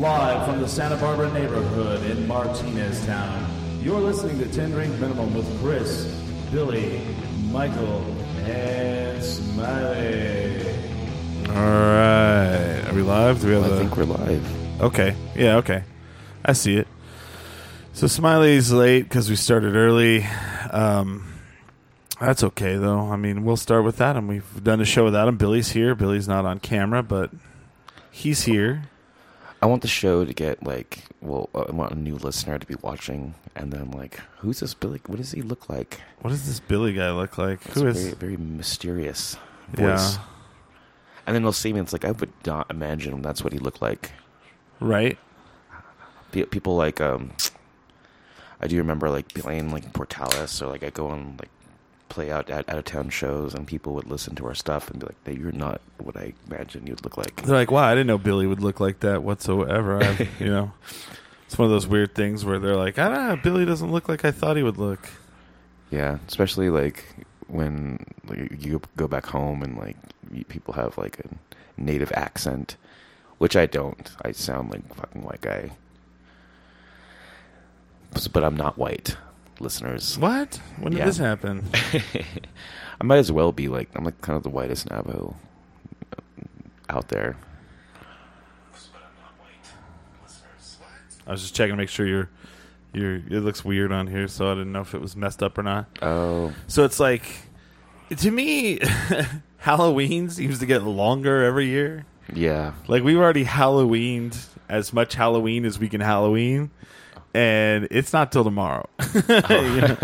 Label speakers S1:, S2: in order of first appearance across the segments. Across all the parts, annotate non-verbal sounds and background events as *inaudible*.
S1: Live from the Santa Barbara neighborhood in Martinez Town, you're listening to 10 Drink Minimum with Chris, Billy, Michael, and Smiley.
S2: All right. Are we live? Do we have
S3: I
S2: the-
S3: think we're live.
S2: Okay. Yeah, okay. I see it. So Smiley's late because we started early. Um, that's okay, though. I mean, we'll start with that. And we've done a show without him. Billy's here. Billy's not on camera, but he's here.
S3: I want the show to get like, well, uh, I want a new listener to be watching, and then like, who's this Billy? What does he look like?
S2: What does this Billy guy look like?
S3: It's
S2: Who
S3: very,
S2: is.
S3: very mysterious voice.
S2: Yeah.
S3: And then they'll see me. and It's like I would not imagine that's what he looked like.
S2: Right?
S3: Pe- People like, um, I do remember like playing like Portales, or like I go and like play out at out of town shows, and people would listen to our stuff and be like, "Hey, "You're not what I imagined you'd look like."
S2: They're like, wow, I didn't know Billy would look like that whatsoever. I, you know, it's one of those weird things where they're like, ah, Billy doesn't look like I thought he would look.
S3: Yeah, especially like when like you go back home and like you- people have like a native accent, which I don't. I sound like a fucking white guy, S- but I'm not white, listeners.
S2: What? When did
S3: Yeah.
S2: this happen?
S3: I might as well be like I'm like kind of the whitest Navajo uh, out there.
S2: I was just checking to make sure your your it looks weird on here, so I didn't know if it was messed up or not.
S3: Oh,
S2: So it's like to me, *laughs* Halloween seems to get longer every year.
S3: yeah,
S2: Like we've already Halloweened as much Halloween as we can Halloween, and it's not till tomorrow. *laughs* You know?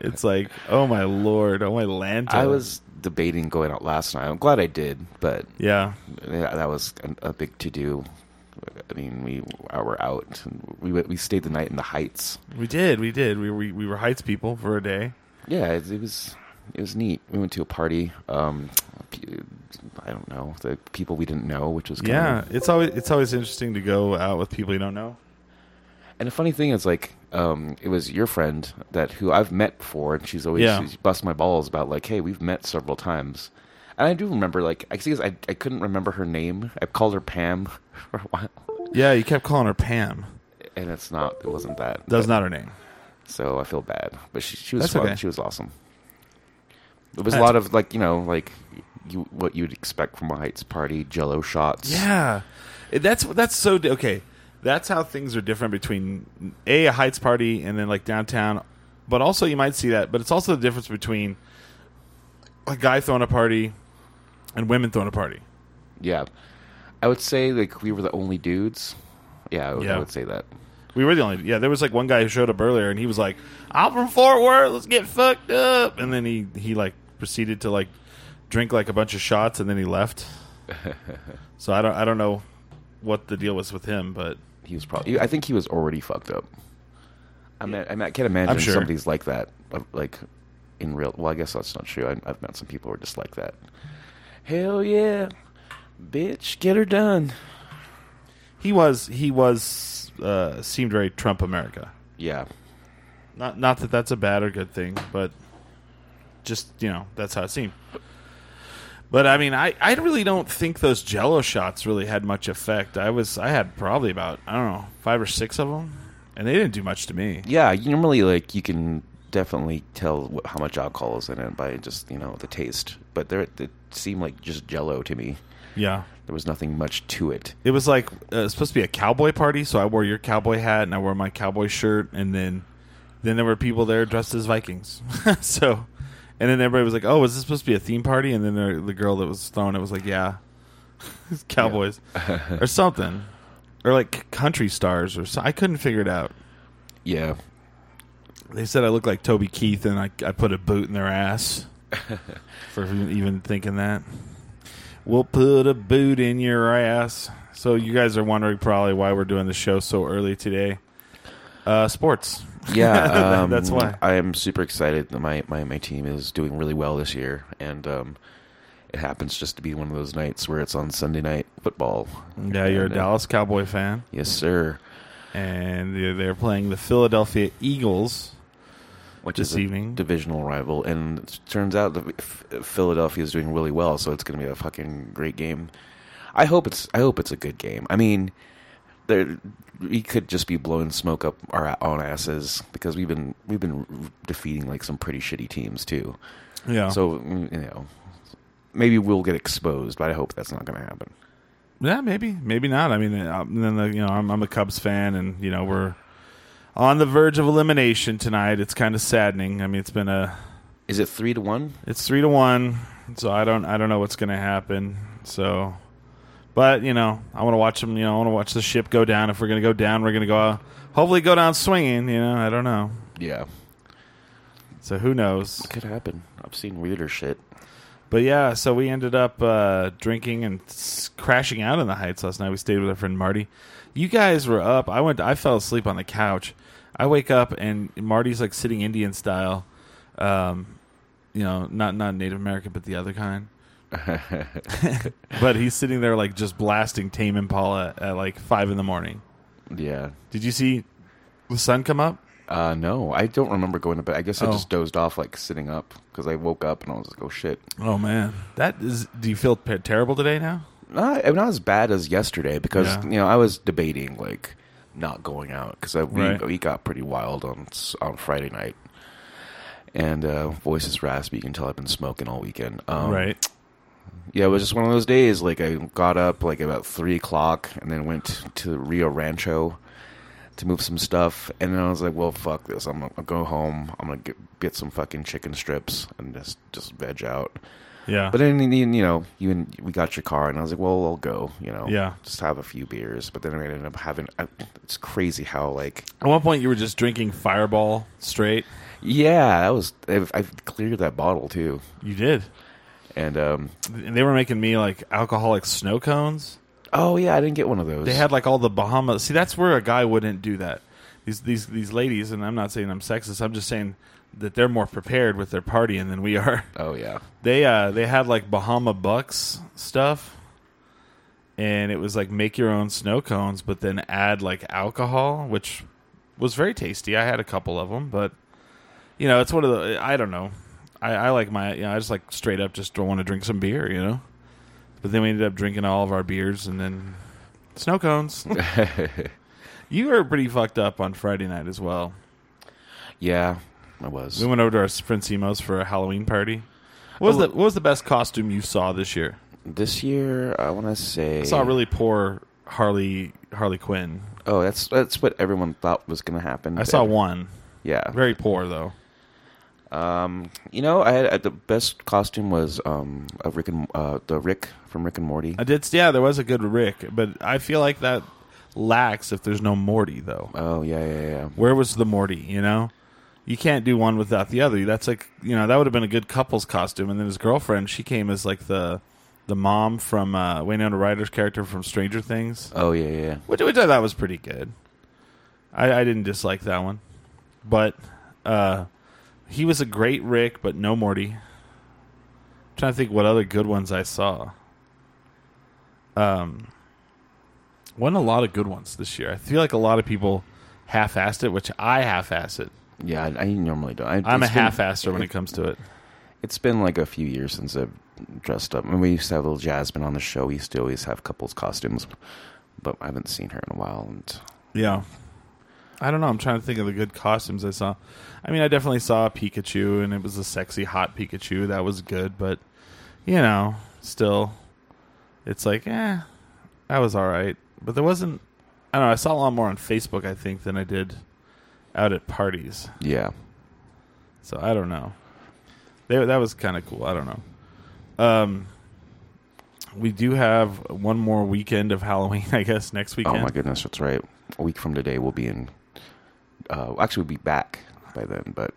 S2: It's like, oh my lord, oh my lanta.
S3: I was debating going out last night. I'm glad I did, but
S2: yeah.
S3: Yeah, that was an- a big to do. I mean, we were out. And we went- we stayed the night in the Heights.
S2: We did, we did. We, we we were Heights people for a day.
S3: Yeah, it, it was it was neat. We went to a party. Um, p- I don't know the people we didn't know, which was kind
S2: Yeah,
S3: Of,
S2: it's always it's always interesting to go out with people you don't know.
S3: and the funny thing is, like, um, it was your friend that who I've met before, and she's always
S2: Yeah.
S3: she's bust my balls about like, hey, we've met several times. And I do remember, like, I see, I I couldn't remember her name. I called her Pam *laughs* for a while,
S2: Yeah, you kept calling her Pam.
S3: and it's not. It wasn't that.
S2: That was not her name.
S3: so I feel bad. But she, she was
S2: That's
S3: fun.
S2: okay.
S3: She was awesome. It was a
S2: That's-
S3: lot of like you know like you what you'd expect from a Heights party: Jello shots.
S2: Yeah, It- that's that's so di- okay. That's how things are different between a, a Heights party and then like downtown, but also you might see that. But it's also the difference between a guy throwing a party and women throwing a party.
S3: yeah. I would say like we were the only dudes. Yeah, I would, I
S2: Yeah.
S3: would say that.
S2: We were the only yeah. There was like one guy who showed up earlier and he was like, "I'm from Fort Worth. Let's get fucked up." And then he he like proceeded to like drink like a bunch of shots and then he left. so I don't I don't know what the deal was with him, but
S3: He was probably. I think he was already fucked up. I mean, I, mean, I can't imagine
S2: sure.
S3: somebody's like that. of- Like in real. Well, I guess that's not true. I, I've met some people who are just like that. Hell yeah, bitch, get her done.
S2: he was he was uh, seemed very Trump America.
S3: Yeah.
S2: Not not that that's a bad or good thing, but just you know that's how it seemed. But I mean, I, I really don't think those Jello shots really had much effect. I was I had probably about I don't know five or six of them, and they didn't do much to me.
S3: Yeah, you normally like you can definitely tell wh- how much alcohol is in it by just you know the taste. But there, it seemed like just Jello to me.
S2: Yeah,
S3: There was nothing much to it.
S2: it was like uh, it was supposed to be a cowboy party, so I wore your cowboy hat and I wore my cowboy shirt, and then then there were people there dressed as Vikings. *laughs* so, and then everybody was like, "Oh, is this supposed to be a theme party?" And then there, the girl that was throwing it was like, "Yeah, *laughs* It's cowboys or something, or like c- country stars or so." I couldn't figure it out.
S3: Yeah,
S2: *laughs* They said I look like Toby Keith, and I I put a boot in their ass. for even thinking that. We'll put a boot in your ass. So you guys are wondering probably why we're doing the show so early today. Uh, sports.
S3: *laughs* Yeah, um,
S2: That's why.
S3: I am super excited that my, my, my team is doing really well this year, and um, it happens just to be one of those nights where it's on Sunday night football.
S2: Yeah, you're a
S3: And, uh,
S2: Dallas Cowboy fan.
S3: Yes, sir.
S2: and they're- they're playing the Philadelphia Eagles.
S3: Which
S2: This
S3: is a
S2: evening.
S3: divisional rival, and it turns out that F- Philadelphia is doing really well, so it's going to be a fucking great game. I hope it's I hope it's a good game. I mean, there we could just be blowing smoke up our own asses because we've been we've been defeating like some pretty shitty teams too.
S2: Yeah. So
S3: So mm, you know, maybe we'll get exposed, but I hope that's not going to happen.
S2: yeah, maybe, maybe not. I mean, uh, and then the, you know, I'm, I'm a Cubs fan, and you know we're on the verge of elimination tonight. It's kind of saddening. I mean, it's been a
S3: Is it three to one?
S2: it's three to one, so I don't I don't know what's gonna happen. So, but you know, I want to watch them. You know, I want to watch the ship go down. If we're gonna go down, we're gonna go uh, hopefully go down swinging. You know, I don't know.
S3: Yeah,
S2: So who knows?
S3: could happen. I've seen weirder shit.
S2: But yeah, so we ended up uh, drinking and s- crashing out in the Heights last night. We stayed with our friend Marty. You guys were up. I went. I fell asleep on the couch. I wake up and Marty's like sitting Indian style, um, you know, not not Native American, but the other
S3: *laughs*
S2: kind. but he's sitting there like just blasting Tame Impala at like five in the morning.
S3: Yeah.
S2: Did you see the sun come up?
S3: Uh, no, I don't remember going to bed. I guess I
S2: Oh.
S3: just dozed off, like sitting up, because I woke up and I was like, "Oh shit!"
S2: Oh man, that is. Do you feel pe- terrible today now?
S3: Not, I'm not as bad as yesterday because
S2: Yeah.
S3: you know I was debating like not going out because we
S2: Right.
S3: we got pretty wild on s- on Friday night, and uh, voice is raspy. You can tell I've been smoking all weekend. Um,
S2: right.
S3: Yeah, it was just one of those days. Like I got up like about three o'clock and then went to Rio Rancho to move some stuff, and then I was like, "Well, fuck this! I'm gonna go home. I'm gonna get, get some fucking chicken strips and just just veg out."
S2: Yeah.
S3: But then you you know you and we got your car, and I was like, "Well, I'll go." You know,
S2: Yeah.
S3: just have a few beers. But then I ended up having. I, it's crazy how like
S2: At one point, you were just drinking Fireball straight.
S3: yeah, that was. I've, I've cleared that bottle too,
S2: You did.
S3: and um
S2: And they were making me like alcoholic snow cones.
S3: oh yeah, I didn't get one of those.
S2: They had like all the Bahamas. See, that's where a guy wouldn't do that. These these these ladies, and I'm not saying I'm sexist. I'm just saying that they're more prepared with their partying than we are.
S3: oh yeah.
S2: They uh they had like Bahama Bucks stuff, and it was like make your own snow cones, but then add like alcohol, which was very tasty. I had a couple of them, but you know it's one of the I don't know. I, I like my you know I just like straight up just don't want to drink some beer, you know. But then we ended up drinking all of our beers and then snow cones. you were pretty fucked up on Friday night as well.
S3: Yeah, I was.
S2: We went over to our friend Simo's for a Halloween party. What was the what was the best costume you saw this year?
S3: This year, I want to say.
S2: I saw a really poor Harley Harley Quinn.
S3: Oh, that's that's what everyone thought was going to happen.
S2: I saw one.
S3: Yeah.
S2: Very poor though.
S3: Um, you know, I had uh, the best costume was um a Rick and uh the Rick from Rick and Morty.
S2: I did yeah, there was a good Rick, but I feel like that lacks if there's no Morty though.
S3: oh yeah yeah yeah.
S2: Where was the Morty, you know? You can't do one without the other. That's like you know, that would have been a good couple's costume and then his girlfriend, she came as like the the mom from uh Wayne Ryder's character from Stranger Things.
S3: Oh yeah yeah. yeah.
S2: which, which I thought was pretty good. I, I didn't dislike that one, but uh, he was a great Rick, but no Morty. I'm trying to think what other good ones I saw. Um, won a lot of good ones this year. I feel like a lot of people half-assed it, which I half-assed it.
S3: Yeah, I, I normally don't. I,
S2: I'm a
S3: it's been-
S2: half-asser when it comes to it.
S3: It's been like a few years since I've dressed up. I mean, we used to have little Jasmine on the show. We used to always have couples costumes, but I haven't seen her in a while. And
S2: Yeah. I don't know. I'm trying to think of the good costumes I saw. I mean, I definitely saw Pikachu, and it was a sexy, hot Pikachu. That was good, but, you know, still, it's like, eh, that was all right. But there wasn't, I don't know, I saw a lot more on Facebook, I think, than I did out at parties.
S3: yeah,
S2: So I don't know. They, that was kind of cool. I don't know. Um, we do have one more weekend of Halloween, *laughs* I guess, next
S3: oh
S2: weekend.
S3: my goodness, that's right. A week from today, we'll be in. Uh, actually, we'll be back by then, but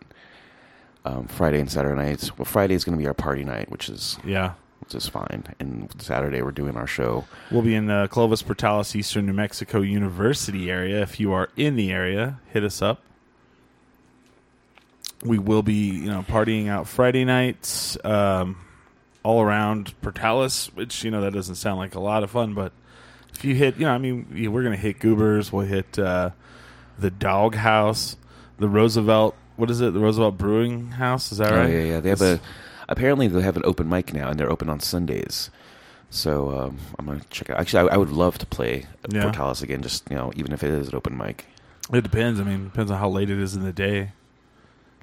S3: um, Friday and Saturday nights. Well, Friday is going to be our party night, which is
S2: Yeah.
S3: which is fine. And Saturday we're doing our show.
S2: We'll be in the Clovis Portales, Eastern New Mexico University area. If you are in the area, hit us up. We will be, you know, partying out Friday nights um, all around Portales, which you know that doesn't sound like a lot of fun, but if you hit, you know, I mean, you- we're gonna hit Goobers. We'll hit uh, the Dog House, the Roosevelt. What is it? The Roosevelt Brewing House? Is that
S3: Oh
S2: right?
S3: yeah, yeah. They have a apparently they have an open mic now, and they're open on Sundays. So um, I'm gonna check out. Actually, I, I would love to play
S2: Yeah.
S3: Portales again. Just you know, even if it is an open mic.
S2: It depends. I mean, it depends on how late it is in the day.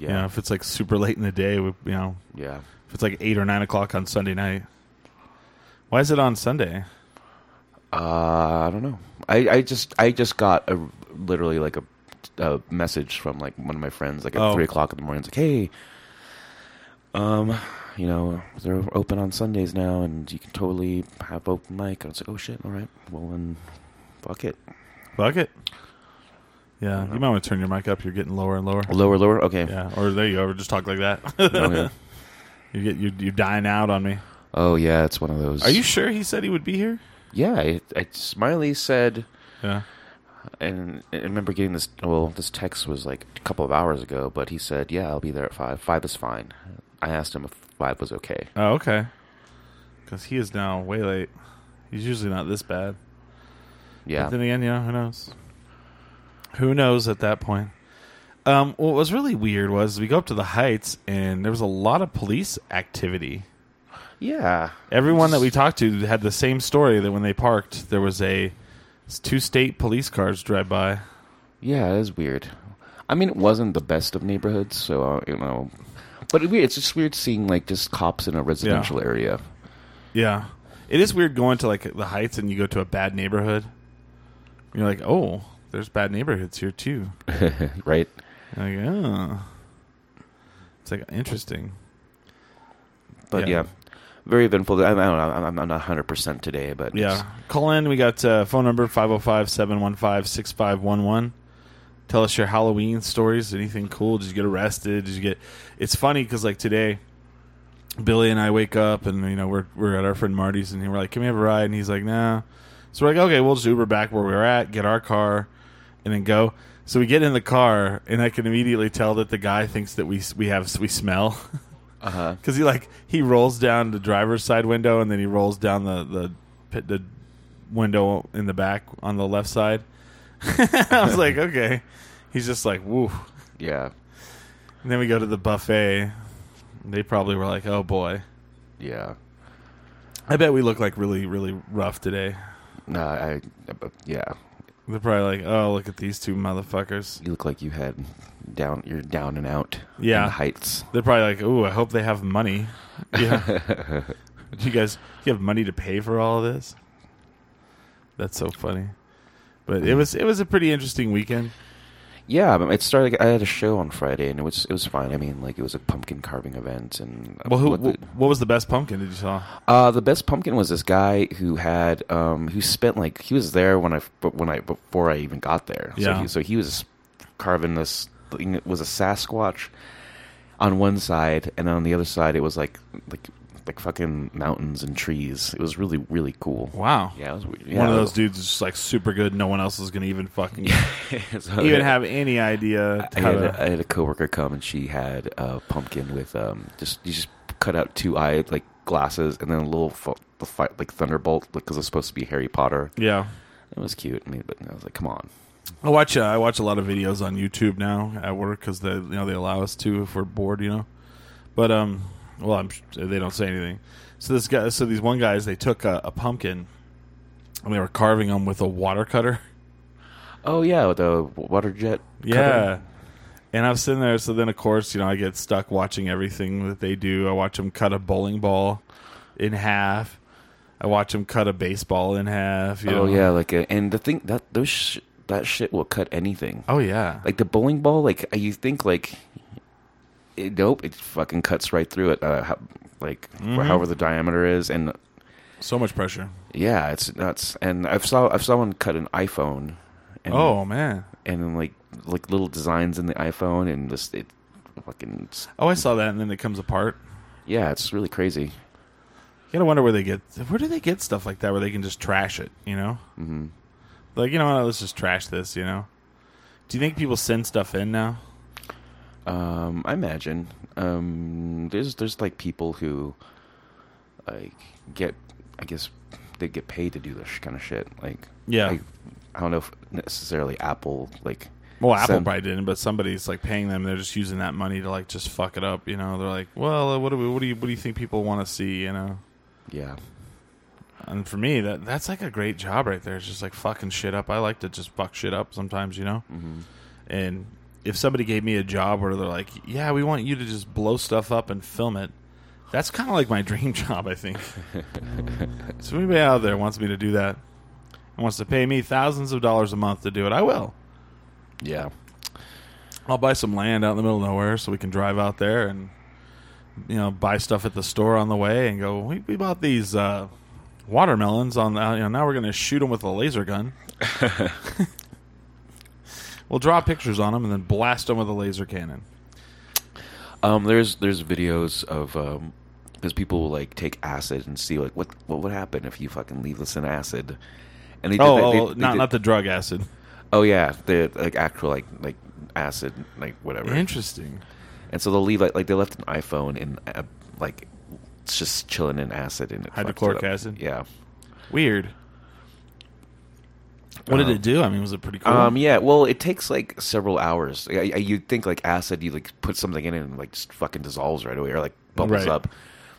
S2: Yeah. You know,
S3: Yeah,
S2: if it's like super late in the day, we, you know,
S3: yeah.
S2: If it's like eight or nine o'clock on Sunday night. Why is it on Sunday?
S3: Uh, I don't know. I, I just I just got a literally like a, a message from like one of my friends like at
S2: Oh.
S3: three o'clock in the morning. It's like, hey, um, you know they're open on Sundays now, and you can totally have open mic. I was like, oh shit, all right. Well then, fuck it.
S2: Fuck it. Yeah, you might want to turn your mic up. You're getting lower and lower.
S3: Lower, lower. Okay.
S2: Yeah, or there you go. Or just talk like that.
S3: Okay.
S2: *laughs* you get you you're dying out on me.
S3: Oh yeah, it's one of those.
S2: Are you sure he said he would be here?
S3: Yeah, I, I, Smiley said,
S2: Yeah.
S3: and I remember getting this. Well, this text was like a couple of hours ago, but he said, "Yeah, I'll be there at five. Five is fine." I asked him if five was okay.
S2: Oh, okay. Because he is now way late. He's usually not this bad.
S3: Yeah,
S2: But then again, yeah, who knows? Who knows at that point? Um, what was really weird was we go up to the heights and there was a lot of police activity.
S3: yeah,
S2: Everyone that we talked to had the same story that when they parked, there was a two state police cars drive by.
S3: yeah. It is weird. I mean, it wasn't the best of neighborhoods, so uh, you know, but it, it's just weird seeing like just cops in a residential area.
S2: Yeah, it is weird going to like the heights and you go to a bad neighborhood. You're like, oh, there's bad neighborhoods here too.
S3: eh, right?
S2: Like, oh, it's like interesting.
S3: But
S2: Yeah.
S3: yeah, very eventful. I, I don't know. I'm, I'm not 100 percent today, but it's-
S2: Yeah. Call in. We got uh, phone number 505 715 6511. Tell us your Halloween stories. Anything cool? Did you get arrested? Did you get. It's funny because, like, today, Billy and I wake up and, you know, we're, we're at our friend Marty's and we're like, can we have a ride? And he's like, nah. So we're like, okay, we'll just Uber back where we were at, get our car, and then go. So we get in the car, and I can immediately tell that the guy thinks that we we have we smell. *laughs*
S3: uh-huh.
S2: because he like he rolls down the driver's side window and then he rolls down the the pit, the window in the back on the left side. *laughs* I was like, okay. He's just like, woo.
S3: yeah,
S2: And then we go to the buffet. They probably were like, oh boy.
S3: yeah.
S2: I bet we look like really really rough today.
S3: No, I, I- yeah.
S2: They're probably like, oh look at these two motherfuckers.
S3: You look like you had down. You're down and out.
S2: Yeah.
S3: in the heights.
S2: They're probably like, ooh, I hope they have
S3: *laughs*
S2: money. Yeah. you guys, you have money to pay for all of this? That's so funny. But it was it was a pretty interesting weekend.
S3: Yeah, but it started. I had a show on Friday, and it was it was fine. I mean, like it was a pumpkin carving event, and
S2: Well, who,
S3: what
S2: what,
S3: the,
S2: was the best pumpkin that you saw?
S3: uh, the best pumpkin was this guy who had um who spent like he was there when I when I before I even got there.
S2: Yeah.
S3: So he, so he was carving this thing. It was a Sasquatch on one side, and on the other side, it was like like like fucking mountains and trees. It was really really cool.
S2: Wow,
S3: Yeah, it was weird.
S2: one
S3: Yeah,
S2: of
S3: it
S2: those
S3: was-
S2: dudes is just like super good. No one else is gonna even fucking
S3: *laughs*
S2: *laughs*
S3: So- *laughs*
S2: even have any idea
S3: I
S2: how
S3: had,
S2: to.
S3: a, I had a coworker come and she had a pumpkin with um just you just cut out two eye like glasses and then a little fu- the fight like thunderbolt because it's supposed to be Harry Potter.
S2: yeah,
S3: It was cute. I mean, but I was like, come on.
S2: I watch uh, I watch a lot of videos on YouTube now at work because they you know they allow us to if we're bored, you know. But um, well, I'm they don't say anything. So this guy, so these one guys, they took a, a pumpkin and they were carving them with a water cutter. *laughs*
S3: Oh yeah, with the water jet.
S2: Yeah. And I'm sitting there. So then, of course, you know, I get stuck watching everything that they do. I watch them cut a bowling ball in half. I watch them cut a baseball in half. You
S3: cutter. Oh
S2: know.
S3: yeah, like uh and the thing that those sh- that shit will cut anything.
S2: Oh, yeah.
S3: Like the bowling ball, like uh, you think like, it, nope, it fucking cuts right through it. Uh, how, like however the diameter is, and
S2: so much pressure.
S3: Yeah, it's nuts. And I've saw I've saw one cut an iPhone. And,
S2: Oh, man.
S3: and then like like little designs in the iPhone, and just it fucking s-
S2: Oh, I saw that, and then it comes apart.
S3: yeah, it's really crazy.
S2: You gotta wonder where they get where do they get stuff like that where they can just trash it, you know? Mm-hmm. Like you know what? Let's just trash this, you know? Do you think people send stuff in now?
S3: Um, I imagine um, there's there's like people who like get I guess they get paid to do this kind of shit. Like
S2: Yeah.
S3: I, I don't know if necessarily Apple like
S2: Well, Apple
S3: send-
S2: probably didn't, but somebody's like paying them. They're just using that money to like just fuck it up, you know? They're like, well, uh, what do we, what do you what do you think people want to see, you know?
S3: yeah
S2: And for me, that that's like a great job right there. It's just like fucking shit up. I like to just fuck shit up sometimes, you know. And if somebody gave me a job where they're like, "Yeah, we want you to just blow stuff up and film it," that's kind of like my *laughs* dream job, I think. so if anybody out there wants me to do that and wants to pay me thousands of dollars a month to do it, I will.
S3: yeah
S2: I'll buy some land out in the middle of nowhere so we can drive out there and you know buy stuff at the store on the way and go. We, we bought these uh, watermelons on. Uh, you know now we're gonna shoot them with a laser gun.
S3: *laughs*
S2: we'll draw pictures on them and then blast them with a laser cannon.
S3: Um, there's there's videos of um, because people will like take acid and see like what what would happen if you fucking leave this in acid, and they did
S2: Oh,
S3: that- they-
S2: oh,
S3: they
S2: not
S3: did-
S2: not the drug acid.
S3: oh yeah the like actual like like acid like whatever
S2: Interesting.
S3: and so they'll leave like like they left an iPhone in uh, like it's just chilling in acid and it fucks it
S2: Hydrochloric
S3: up.
S2: acid?
S3: yeah
S2: Weird. What did
S3: Um,
S2: it do? I mean, was it pretty cool?
S3: um yeah well it takes like several hours I, I, you'd think like acid you like put something in it and like just fucking dissolves right away or like bubbles
S2: Right.
S3: up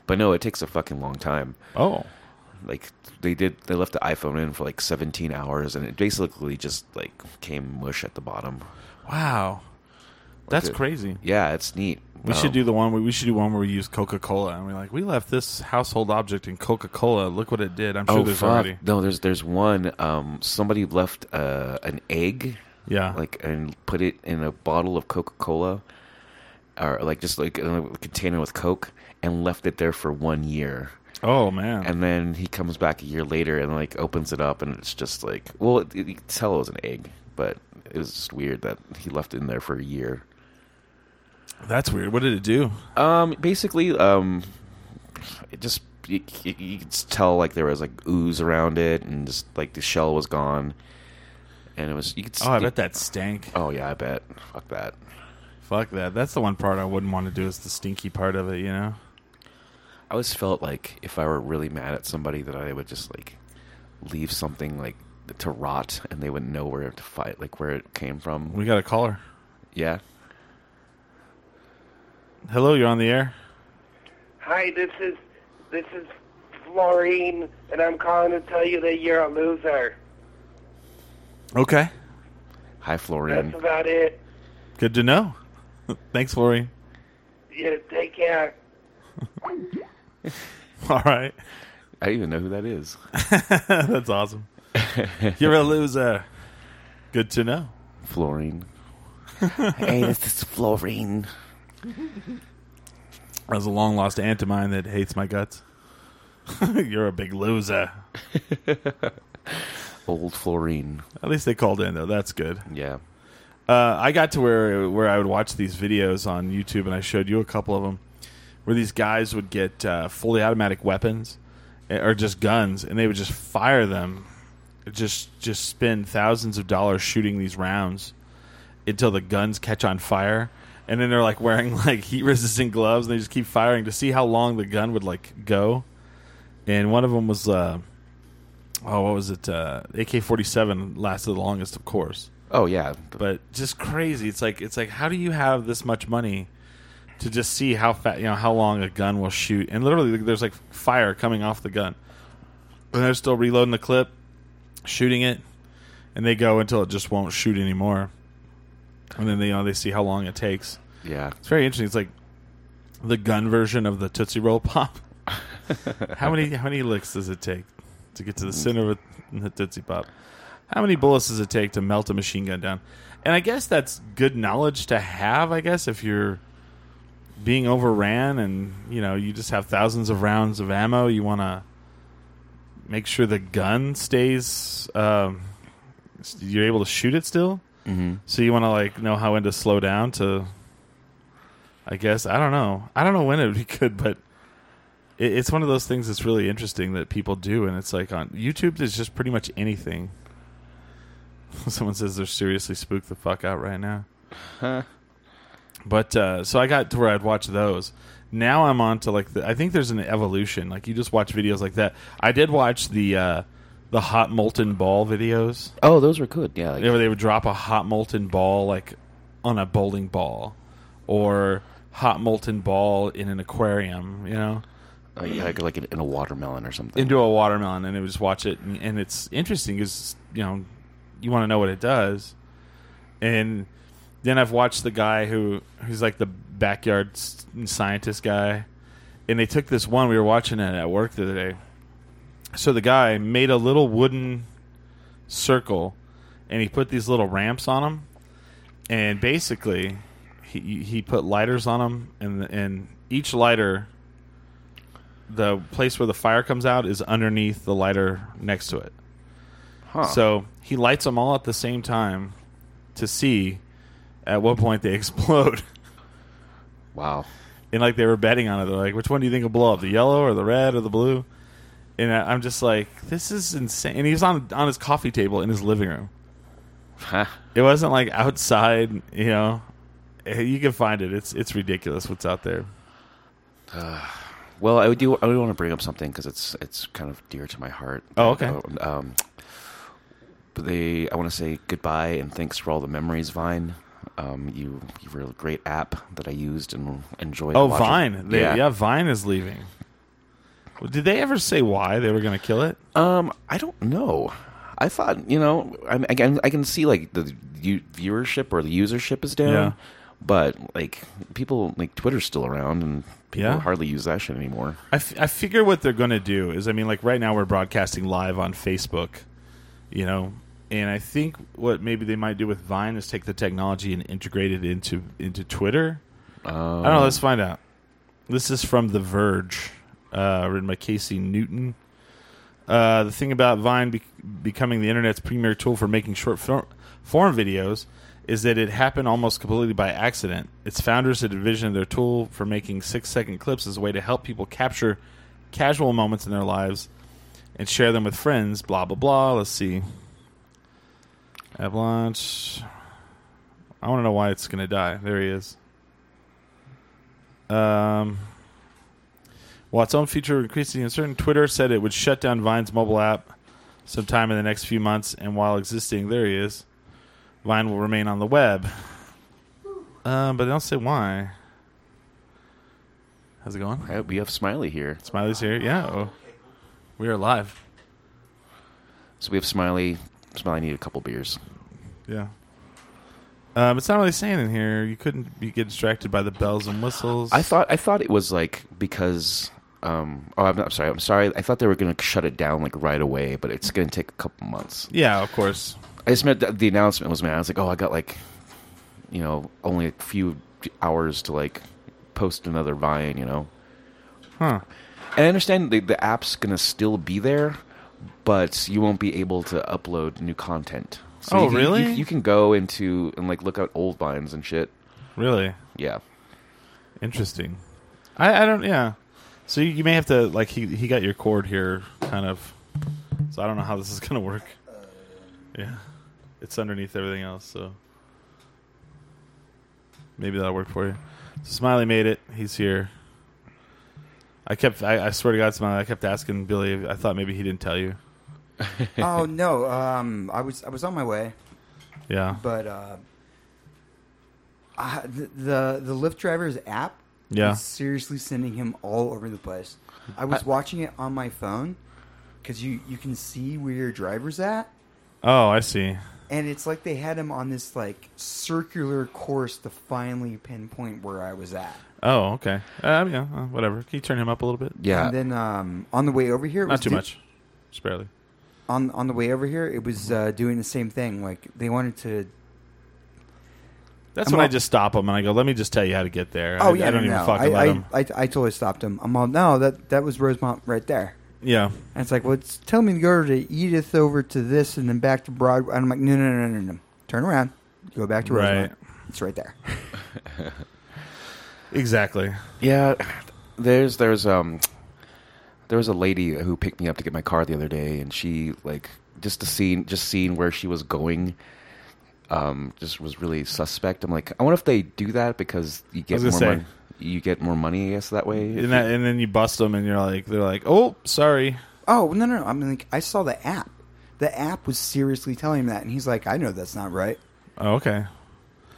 S3: but no it takes a fucking long time.
S2: oh,
S3: like they did they left the iphone in for like 17 hours and it basically just like came mush at the bottom
S2: wow, that's
S3: it-
S2: crazy.
S3: yeah it's neat
S2: We
S3: Um,
S2: should do the one where we should do one where we use Coca Cola and we're like, we left this household object in Coca Cola. Look what it did. I'm sure
S3: oh
S2: there's
S3: fuck
S2: already.
S3: no there's there's one um somebody left uh an egg
S2: Yeah.
S3: like and put it in a bottle of coca-cola or like just like in a container with coke and left it there for one year
S2: oh man.
S3: and then he comes back a year later and like opens it up and it's just like well it, it, you could tell it was an egg but it was just weird that he left it in there for a year
S2: That's weird. What did it do?
S3: Um, basically, um, it just you, you, you could tell like there was like ooze around it, and just like the shell was gone, and it was you could.
S2: Oh, I bet that stank.
S3: Oh yeah, I bet. Fuck that.
S2: Fuck that. That's the one part I wouldn't want to do is the stinky part of it, you know?
S3: I always felt like if I were really mad at somebody, that I would just like leave something like to rot, and they wouldn't know where to fight, like where it came from.
S2: We got a caller.
S3: Yeah.
S2: Hello, you're on the air.
S4: Hi, this is this is Florine, and I'm calling to tell you that you're a loser.
S2: Okay.
S3: Hi,
S4: That's
S3: Florian.
S4: about it.
S2: Good to know. *laughs* Thanks, Lori.
S4: Yeah, take care.
S2: *laughs* All right. *laughs*
S3: I don't even know who that is.
S2: That's
S3: *laughs*
S2: awesome. You're a loser. Good to know.
S3: Florine. *laughs* hey, this is Florine.
S2: I was a long lost aunt of mine that hates my guts. *laughs* You're a big loser.
S3: Old Florine.
S2: At least they called in though. That's good.
S3: Yeah.
S2: Uh, I got to where where I would watch these videos on YouTube, and I showed you a couple of them, where these guys would get uh, fully automatic weapons eh, or just guns, and they would just fire them, just just spend thousands of dollars shooting these rounds until the guns catch on fire, and then they're like wearing *laughs* like heat resistant gloves, and they just keep firing to see how long the gun would like go. And one of them was, uh, oh, what was it? Uh, AK forty seven lasted the longest, of course
S3: Oh yeah.
S2: but just crazy. It's like it's like how do you have this much money to just see how fat you know how long a gun will shoot? And literally, like, there's like fire coming off the gun, and they're still reloading the clip, shooting it, and they go until it just won't shoot anymore, and then they you know they see how long it takes.
S3: Yeah.
S2: It's very interesting. It's like the gun version of the Tootsie Roll Pop. how many how many licks does it take to get to the center of a Tootsie Pop? How many bullets does it take to melt a machine gun down? And I guess that's good knowledge to have. I guess if you're being overran and you know you just have thousands of rounds of ammo, you want to make sure the gun stays. Um, s- you're able to shoot it still. Mm-hmm. So you want to like know how when to slow down to I guess I don't know. I don't know when it would be *laughs* good, but it, it's one of those things that's really interesting that people do, and it's like on YouTube. There's just pretty much anything. *laughs* Someone says they're seriously spooked the fuck out right now. But uh, so I got to where I'd watch those. Now I'm on to like the, I think there's an evolution. Like you just watch videos like that. I did watch the uh, the hot molten ball videos.
S3: Oh, those were good. Yeah, like,
S2: Yeah, where they would drop a hot molten ball like on a bowling ball or hot molten ball in an aquarium, you know,
S3: uh, yeah, like, like in, in a watermelon or something.
S2: into a watermelon and it would just watch it and, and it's interesting cuz you know, you want to know what it does. And then I've watched the guy who who's like the backyard s- scientist guy and they took this one we were watching it at work the other day. So the guy made a little wooden circle and he put these little ramps on them and basically he he put lighters on them and and each lighter the place where the fire comes out is underneath the lighter next to it
S3: Huh.
S2: so he lights them all at the same time to see at what point they *laughs* explode
S3: wow.
S2: and like they were betting on it they're like which one do you think will blow up the yellow or the red or the blue and I, i'm just like this is insane and he was on on his coffee table in his living room
S3: Huh.
S2: It wasn't like outside, you know. Eh, You can find it. It's it's ridiculous what's out there.
S3: Well, I would do. I would want to bring up something because it's it's kind of dear to my heart.
S2: Oh, okay.
S3: Um, but they, I want to say goodbye and thanks for all the memories, Vine. Um, you you were a great app that I used and enjoyed.
S2: Oh,
S3: watching.
S2: Vine. They, yeah. Vine is leaving. Well, Did they ever say why they were going to kill it?
S3: Um, I don't know. I thought you know. I mean, I can I can see like the u- viewership or the usership is down,
S2: Yeah.
S3: but like people like Twitter's still around and people
S2: Yeah.
S3: hardly use that shit anymore.
S2: I, f- I figure what they're going to do is, I mean, like right now we're broadcasting live on Facebook, you know, and I think what maybe they might do with Vine is take the technology and integrate it into into Twitter. I don't know. Let's find out. This is from The Verge, uh, written by Casey Newton. Uh, the thing about Vine be- becoming the internet's premier tool for making short form, form videos is that it happened almost completely by accident. Its founders had envisioned their tool for making six second clips as a way to help people capture casual moments in their lives and share them with friends. Blah, blah, blah. Let's see. Avalanche. I want to know why it's going to die. There he is. Um, while its own feature increasingly uncertain, Twitter said it would shut down Vine's mobile app sometime in the next few months, and while existing, there he is, Vine will remain on the web. Um, but they don't say why. How's it going?
S3: All right, we have Smiley here.
S2: Smiley's here. Yeah, oh, we are live.
S3: So we have Smiley. Smiley needed a couple beers.
S2: Yeah. Um, it's not really saying in here. You couldn't be, get distracted by the bells and whistles.
S3: I thought I thought it was like because um oh I'm, I'm sorry I'm sorry I thought they were gonna shut it down like right away but it's gonna take a couple months.
S2: Yeah, of course.
S3: I just meant that the announcement was made. I was like oh I got like you know only a few hours to like post another Vine you know
S2: Huh.
S3: and I understand the the app's gonna still be there but you won't be able to upload new content. So
S2: Oh,
S3: you can-
S2: really?
S3: You, you can go into and like look at old Vines and shit.
S2: Really?
S3: Yeah.
S2: Interesting. I, I don't. Yeah. So you, you may have to like he he got your cord here, kind of. So I don't know how this is gonna work. Yeah, it's underneath everything else, so maybe that'll work for you. So Smiley made it. He's here. I kept. I, I swear to God, Smiley. I kept asking Billy. if- I thought maybe he didn't tell you. *laughs*
S5: oh no, um, I was I was on my way,
S2: Yeah.
S5: but uh, I, the, the the Lyft driver's app
S2: Yeah.
S5: is seriously sending him all over the place. I was watching it on my phone because you you can see where your driver's at,
S2: Oh, I see.
S5: and it's like they had him on this like circular course to finally pinpoint where I was at.
S2: Oh, okay. Um, yeah. uh, whatever. Can you turn him up a little bit?
S3: Yeah.
S5: And then um, on the way over here, it was
S2: Not too
S5: do-
S2: much. Just barely.
S5: on on the way over here, it was uh, doing the same thing. Like they wanted to.
S2: That's
S5: I'm
S2: when I
S5: all-
S2: just stop them and I go, "Let me just tell you how to get there." I,
S5: Oh yeah,
S2: I don't
S5: no,
S2: even
S5: no.
S2: fuck
S5: I,
S2: about
S5: I,
S2: 'em.
S5: I, I totally stopped him. I'm all no, that that was Rosemont right there.
S2: Yeah,
S5: And it's like, well, it's telling me to go to Edith over to this and then back to Broadway. And I'm like, no, no, no, no, no, turn around, go back to Rosemont.
S2: Right.
S5: It's right there.
S2: Exactly.
S3: Yeah, there's there's um there was a lady who picked me up to get my car the other day, and she like just the scene, just seeing where she was going, um, just was really suspect. I'm like, I wonder if they do that because you get
S2: was
S3: more
S2: gonna say.
S3: money. You get more money, I guess, that way. If
S2: And, that, and then you bust them, and you're like, they're like, oh, sorry.
S5: Oh no, no, no! I mean, like, I saw the app. The app was seriously telling him that, and he's like, "I know that's not right.
S2: Oh, okay.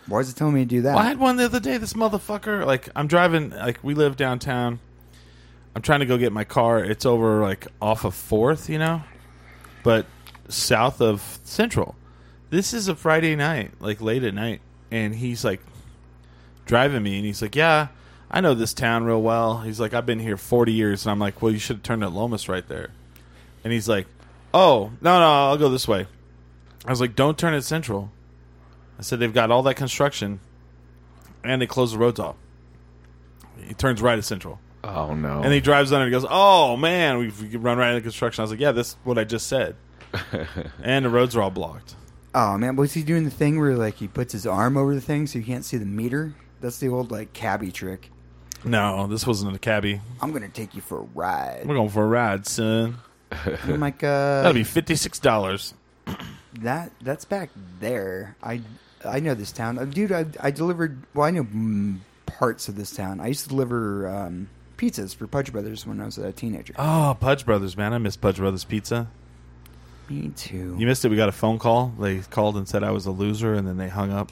S5: Why is it telling me to do that?"
S2: Well, I had one the other day. This motherfucker, like, I'm driving, like, we live downtown. I'm trying to go get my car. It's over, like, off of 4th, you know? But south of Central. This is a Friday night, like, late at night. And he's, like, driving me. And he's like, Yeah, I know this town real well. He's like, I've been here 40 years. And I'm like, Well, you should have turned at Lomas right there. And he's like, Oh, no, no, I'll go this way. I was like, Don't turn at Central. I said, They've got all that construction and they close the roads off. He turns right at Central,
S3: oh no!
S2: and he drives under. and He goes, "Oh man, we've we run right into construction." I was like, "Yeah, that's what I just said." and the roads are all blocked.
S5: oh man, was he doing the thing where like he puts his arm over the thing so you can't see the meter? That's the old like cabbie trick.
S2: No, this wasn't a cabbie.
S5: I'm gonna take you for a ride.
S2: We're going for a ride, son. *laughs*
S5: I'm like, uh,
S2: That'll be fifty six dollars.
S5: that that's back there. I I know this town, Uh, dude. I I delivered. Well, I know mm, parts of this town. I used to deliver um, pizzas for Pudge Brothers when I was a teenager.
S2: Oh, Pudge Brothers, man, I miss Pudge Brothers Pizza.
S5: Me too.
S2: You missed it. We got a phone call. They called and said I was a loser, and then they hung up.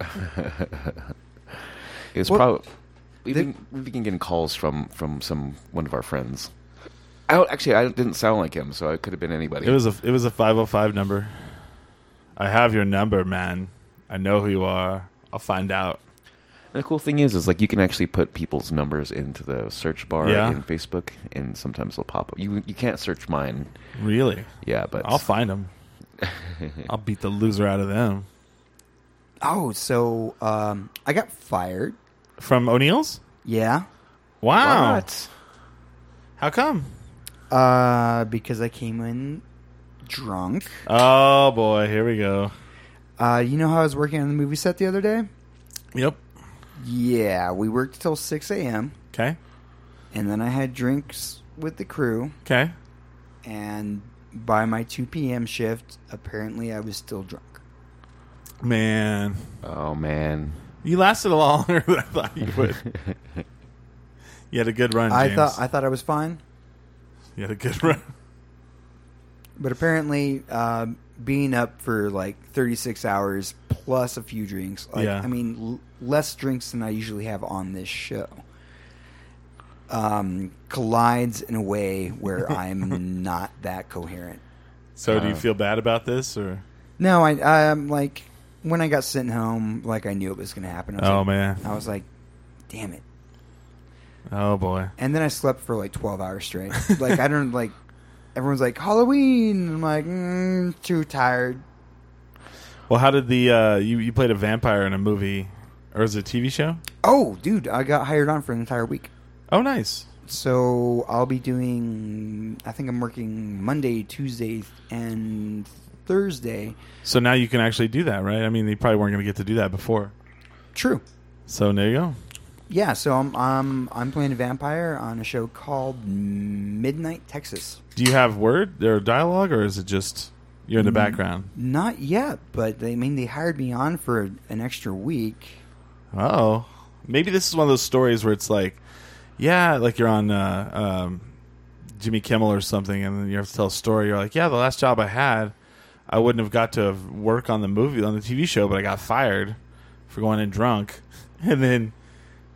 S3: it was
S5: Well,
S3: probably we've,
S5: they-
S3: been, we've been getting calls from from some one of our friends. I don't actually. I didn't sound like him, so it could have been anybody.
S2: It was a it was a five hundred five number. I have your number, man. I know who you are. I'll find out.
S3: The cool thing is, is like you can actually put people's numbers into the search bar
S2: Yeah.
S3: in Facebook, and sometimes they'll pop up. You you can't search mine,
S2: Really?
S3: yeah, but
S2: I'll find *laughs* them. I'll beat the loser out of them.
S5: Oh, so um, I got fired.
S2: From O'Neill's?
S5: Yeah,
S2: Wow.
S3: What?
S2: How come?
S5: uh, because I came in drunk.
S2: Oh boy, here we go.
S5: Uh, you know how I was working on the movie set the other day?
S2: Yep.
S5: Yeah, we worked till six a.m.
S2: Okay.
S5: and then I had drinks with the crew.
S2: Okay.
S5: And by my two p.m. shift, apparently I was still drunk.
S2: Man,
S3: Oh man,
S2: you lasted a lot longer *laughs* than I thought you would. you had a good run,
S5: I
S2: James.
S5: thought I thought I was fine,
S2: you had a good run.
S5: but apparently uh, being up for like thirty six hours plus a few drinks. Like,
S2: Yeah.
S5: I mean, l- less drinks than I usually have on this show. Um, collides in a
S2: *laughs*
S5: way where I'm not that coherent.
S2: *laughs* So, do you feel bad about this, or?
S5: No, I I'm like when I got sent home, like I knew it was going to happen. I was
S2: Oh
S5: like,
S2: man.
S5: I was like, damn it.
S2: Oh boy.
S5: And then I slept for like 12 hours straight. Like, I don't like, everyone's like, Halloween. I'm like, mm, too tired.
S2: Well, how did the uh, you you played a vampire in a movie, or is it a TV show?
S5: Oh, dude, I got hired on for an entire week.
S2: Oh, nice.
S5: So I'll be doing, I think I'm working Monday, Tuesday, and Thursday.
S2: So now you can actually do that, right? I mean, they probably weren't going to get to do that before.
S5: True.
S2: So there you go.
S5: Yeah, so I'm, I'm, I'm playing a vampire on a show called Midnight Texas.
S2: Do you have word or dialogue, or is it just you're in the background?
S5: Not yet, but they I mean they hired me on for an extra week.
S2: Oh, maybe this is one of those stories where it's like, yeah, like you're on uh, um, Jimmy Kimmel or something, and then you have to tell a story. You're like, yeah, the last job I had, I wouldn't have got to work on the movie on the TV show, but I got fired for going in drunk, *laughs* and then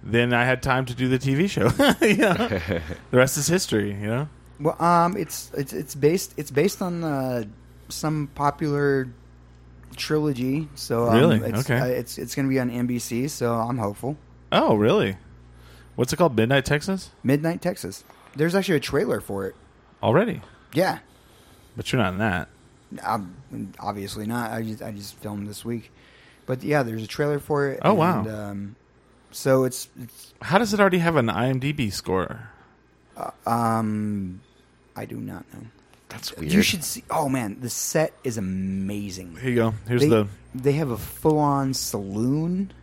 S2: then I had time to do the TV show. *laughs* you know? the rest is history. You know.
S5: Well, um, it's it's it's based it's based on uh, some popular trilogy. So um,
S2: Really?
S5: it's,
S2: Okay.
S5: uh, it's it's going to be on NBC. So I'm hopeful.
S2: Oh, really? What's it called? Midnight Texas
S5: Midnight Texas. There's actually a trailer for it.
S2: already,
S5: Yeah,
S2: but you're not in that.
S5: I'm obviously not. I just I just filmed this week, but yeah, there's a trailer for it.
S2: Oh, wow.
S5: and, Um, so it's, it's
S2: How does it already have an IMDb score?
S5: um, I do not know.
S3: that's weird.
S5: You should see. Oh man, the set is amazing.
S2: Here you go. Here's
S5: They,
S2: the
S5: they have a full on saloon.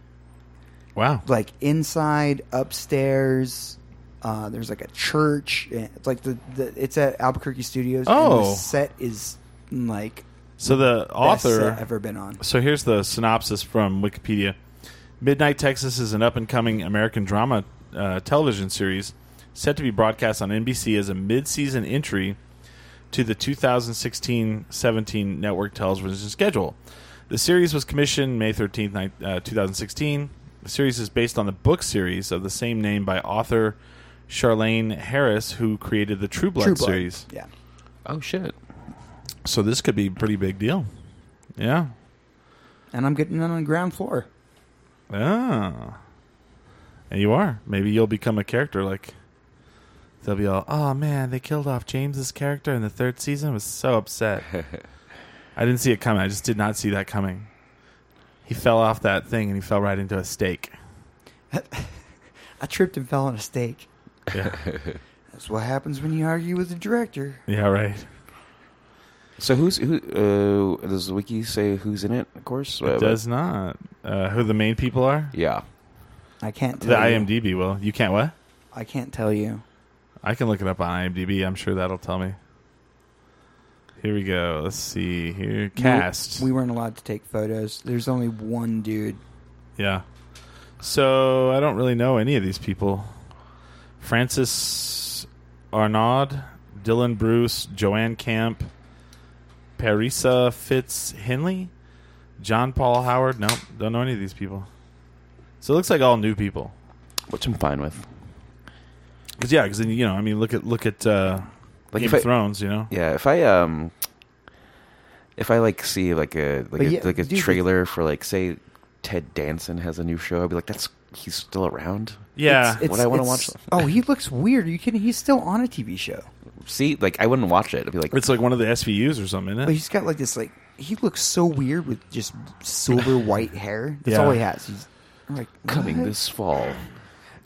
S2: Wow.
S5: like inside upstairs uh, there's like a church and it's like the, the it's at albuquerque studios and
S2: Oh.
S5: the set is like
S2: So the
S5: best
S2: author
S5: set ever been on
S2: So here's the synopsis from Wikipedia. Midnight Texas is an up and coming American drama uh, television series set to be broadcast on NBC as a mid season entry to the 2016 17 network television schedule. The series was commissioned May 13th, ni- uh, 2016. The series is based on the book series of the same name by author Charlene Harris, who created the True Blood,
S5: True Blood.
S2: series.
S5: yeah
S3: Oh shit!
S2: So this could be a pretty big deal. Yeah.
S5: and i'm getting it on the ground floor
S2: Ah. And you are. Maybe you'll become a character like they'll be all, "Oh man, they killed off James's character in the third season. I was so
S5: *laughs*
S2: upset." I didn't see it coming. I just did not see that coming. He fell off that thing and he fell right into a stake.
S5: i tripped and fell on a stake *laughs*
S2: Yeah.
S5: that's what happens when you argue with the director
S2: yeah, right.
S3: So who's who? Uh, does the wiki say who's in it? Of course, Uh,
S2: It does not. Uh, who the main people are?
S3: Yeah.
S5: i can't tell
S2: The
S5: you.
S2: IMDb will. You can't what?
S5: i can't tell you
S2: I can look it up on IMDb. I'm sure that'll tell me. Here we go. Let's see here. Cast.
S5: we weren't allowed to take photos there's only one dude
S2: Yeah. So I don't really know any of these people. Francis Arnaud, Dylan Bruce, Joanne Camp, Parisa Fitz Henley, John Paul Howard. Nope, don't know any of these people. So it looks like all new people.
S3: Which I'm fine with.
S2: Cause yeah, cause then you know, I mean, look at look at uh,
S3: Like
S2: Game
S3: if
S2: of
S3: I-
S2: Thrones. You know,
S3: Yeah, if I um, if I like see like a like
S5: But
S3: a,
S5: yeah,
S3: like a
S5: dude,
S3: trailer for like say Ted Danson has a new show, I'd be like, that's he's still around.
S2: yeah,
S3: What I wanna
S5: it's-
S3: watch.
S5: oh he looks weird Are you kidding he's still on a tv show
S3: See, like I wouldn't watch it. I'd be like,
S2: it's like one of the SVUs or something.
S5: But
S2: Isn't it?
S5: he's got like this like he looks so weird with just
S2: *laughs*
S5: silver white hair. That's
S2: Yeah.
S5: all he has. He's I'm like
S3: coming
S5: what?
S3: this fall,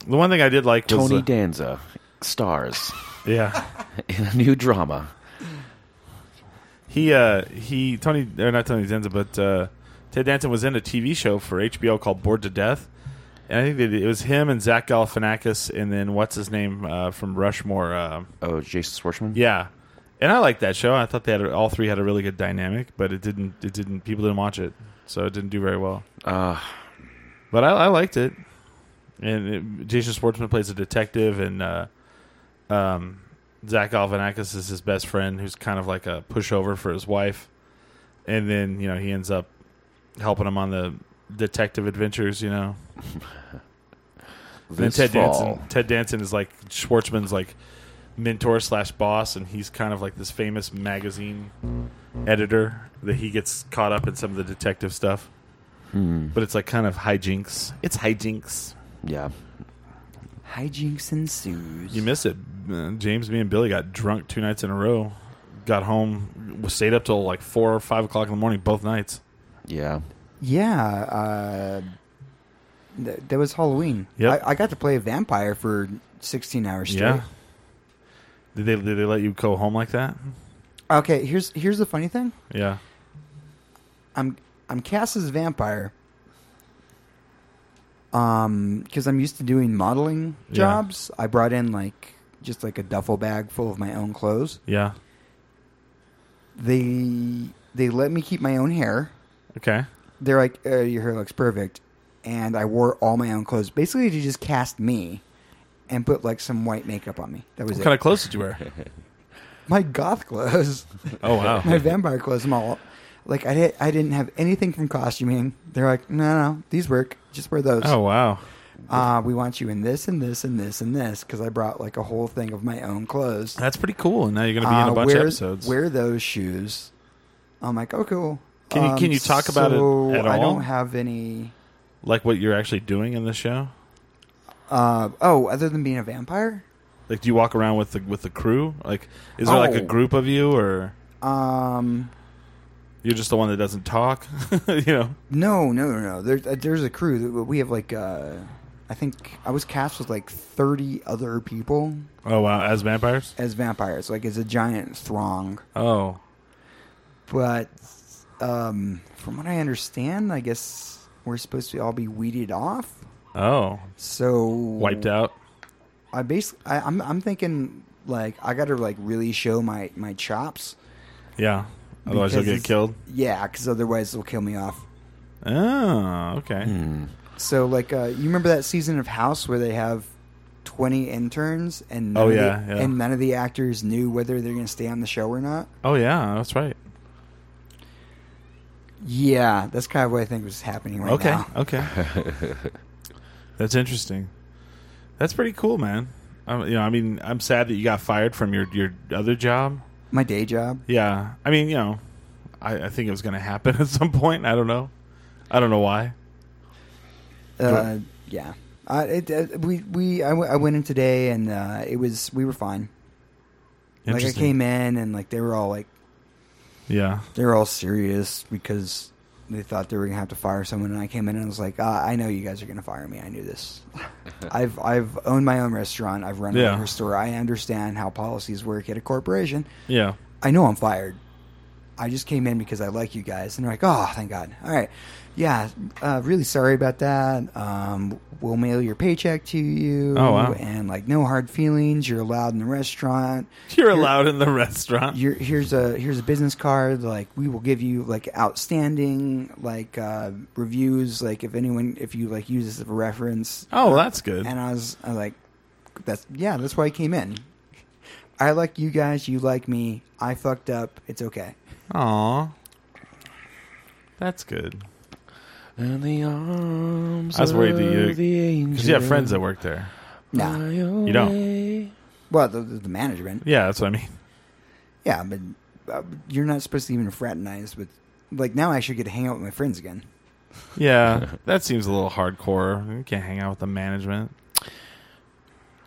S2: The one thing I did like was
S3: Tony
S2: the-
S3: Danza stars
S2: yeah.
S3: in a new drama.
S2: He uh he Tony or not Tony Danza, but uh, Ted Danson was in a TV show for HBO called Bored to Death, and I think that it was him and Zach Galifianakis, and then what's his name uh, from Rushmore? Uh,
S3: Oh, Jason Schwartzman.
S2: yeah, and I liked that show. I thought they had a, all three had a really good dynamic, but it didn't. It didn't. People didn't watch it, so it didn't do very well.
S3: Uh,
S2: But I, I liked it. And it, Jason Schwartzman plays a detective, and uh, um, Zach Galifianakis is his best friend, who's kind of like a pushover for his wife. And then you know he ends up helping him on the detective adventures. You know, and then
S3: this
S2: Ted
S3: fall.
S2: Danson. Ted Danson is like Schwartzman's like mentor slash boss, and he's kind of like this famous magazine editor that he gets caught up in some of the detective stuff.
S3: Hmm.
S2: But it's like kind of hijinks. It's hijinks.
S3: Yeah.
S5: hijinks ensues.
S2: You miss it. Uh, James, me, and Billy got drunk two nights in a row. Got home, was stayed up till like four or five o'clock in the morning both nights.
S3: Yeah.
S5: yeah, uh, th- that was Halloween.
S2: Yep.
S5: I, I got to play a vampire for sixteen hours straight.
S2: Yeah. Did they did they let you go home like that?
S5: Okay, here's here's the funny thing.
S2: Yeah.
S5: I'm I'm cast as a vampire. Um, because I'm used to doing modeling
S2: Yeah.
S5: jobs. I brought in like just like a duffel bag full of my own clothes.
S2: Yeah.
S5: they they let me keep my own hair.
S2: Okay.
S5: They're like, uh, your hair looks perfect, and I wore all my own clothes. Basically, they just cast me and put like some white makeup on me. That was
S2: What
S5: it.
S2: kind of clothes did you
S5: *laughs*
S2: wear?
S5: my
S2: *laughs*
S5: goth clothes,
S2: Oh wow.
S5: my vampire clothes. I'm all like, I did, I didn't have anything from costuming. They're like, no, no, these work. Just wear those.
S2: Oh wow.
S5: Uh, we want you in this and this and this and this because I brought like a whole thing of my own clothes.
S2: That's pretty cool. And now you're gonna be in
S5: Uh,
S2: a bunch
S5: wear,
S2: of episodes.
S5: Wear those shoes. I'm like, oh, cool. Um,
S2: Can you- can you talk about it
S5: so
S2: at
S5: I
S2: all?
S5: don't have any.
S2: Like what you're actually doing in the show?
S5: Uh, oh, other than being a vampire,
S2: Like do you walk around with the with the crew? Like is there like a
S5: Oh.
S2: group of you or
S5: um,
S2: you're just the one that doesn't talk? *laughs* you know?
S5: no, no, no, no. There's uh, there's a crew. We have like, uh, I think I was cast with like 30 other people
S2: Oh wow, as vampires?
S5: as vampires. Like, it's a giant throng.
S2: Oh.
S5: But um, from what I understand, I guess we're supposed to all be weeded off.
S2: Oh,
S5: So
S2: wiped out.
S5: I basically, I, I'm, I'm thinking like I got to like really show my my chops.
S2: Yeah. Otherwise,
S5: because
S2: they'll get
S5: it's-
S2: killed.
S5: Yeah, because otherwise they'll kill me off.
S2: Oh, okay.
S5: Hmm. So like, uh, you remember that season of House where they have twenty interns and none
S2: Oh,
S5: of the-
S2: yeah, yeah.
S5: and none of the actors knew whether they're going to stay on the show or not.
S2: Oh, yeah, that's right.
S5: Yeah, that's kind of what I think was happening right
S2: Okay,
S5: now. *laughs*
S2: okay. that's interesting. That's pretty cool, man. I, you know, I mean, I'm sad that you got fired from your your other job.
S5: My day job.
S2: Yeah, I mean, you know, I, I think it was going to happen *laughs* at some point. I don't know. I don't know why.
S5: Uh, yeah. Uh, it, uh, we we I, w- I went in today and uh, it was we were fine. Like I
S2: Interesting.
S5: came in and like they were all like
S2: Yeah.
S5: they were all serious because they thought they were gonna have to fire someone, and I came in and I was like, ah, I know you guys are gonna fire me. I knew this. I've I've owned my own restaurant. I've run
S2: Yeah.
S5: my own store. I understand how policies work at a corporation. *laughs*
S2: Yeah.
S5: I know I'm fired. I just came in because I like you guys. And they're like, oh, thank God. All right. Yeah. Uh, really sorry about that. Um, we'll mail your paycheck to you.
S2: Oh, wow.
S5: And like, no hard feelings. You're allowed in the restaurant.
S2: You're allowed in the restaurant.
S5: You're, here's a here's a business card. Like we will give you like outstanding like uh, reviews. Like if anyone if you like use this as a reference.
S2: oh, that's good.
S5: And I was, I was like, that's yeah, that's why I came in. I like you guys. You like me. I fucked up. It's okay.
S2: Aw. That's good.
S3: And the arms.
S2: I was worried that you-
S3: of the angel.
S2: Because uh, you have friends that work there.
S5: Nah.
S2: You don't.
S5: Well, the, the management.
S2: Uh, Yeah, that's what I mean.
S5: Yeah, but uh, you're not supposed to even fraternize with. Like now, I should get to hang out with my friends again.
S2: Yeah, *laughs* that seems a little hardcore. You can't hang out with the management.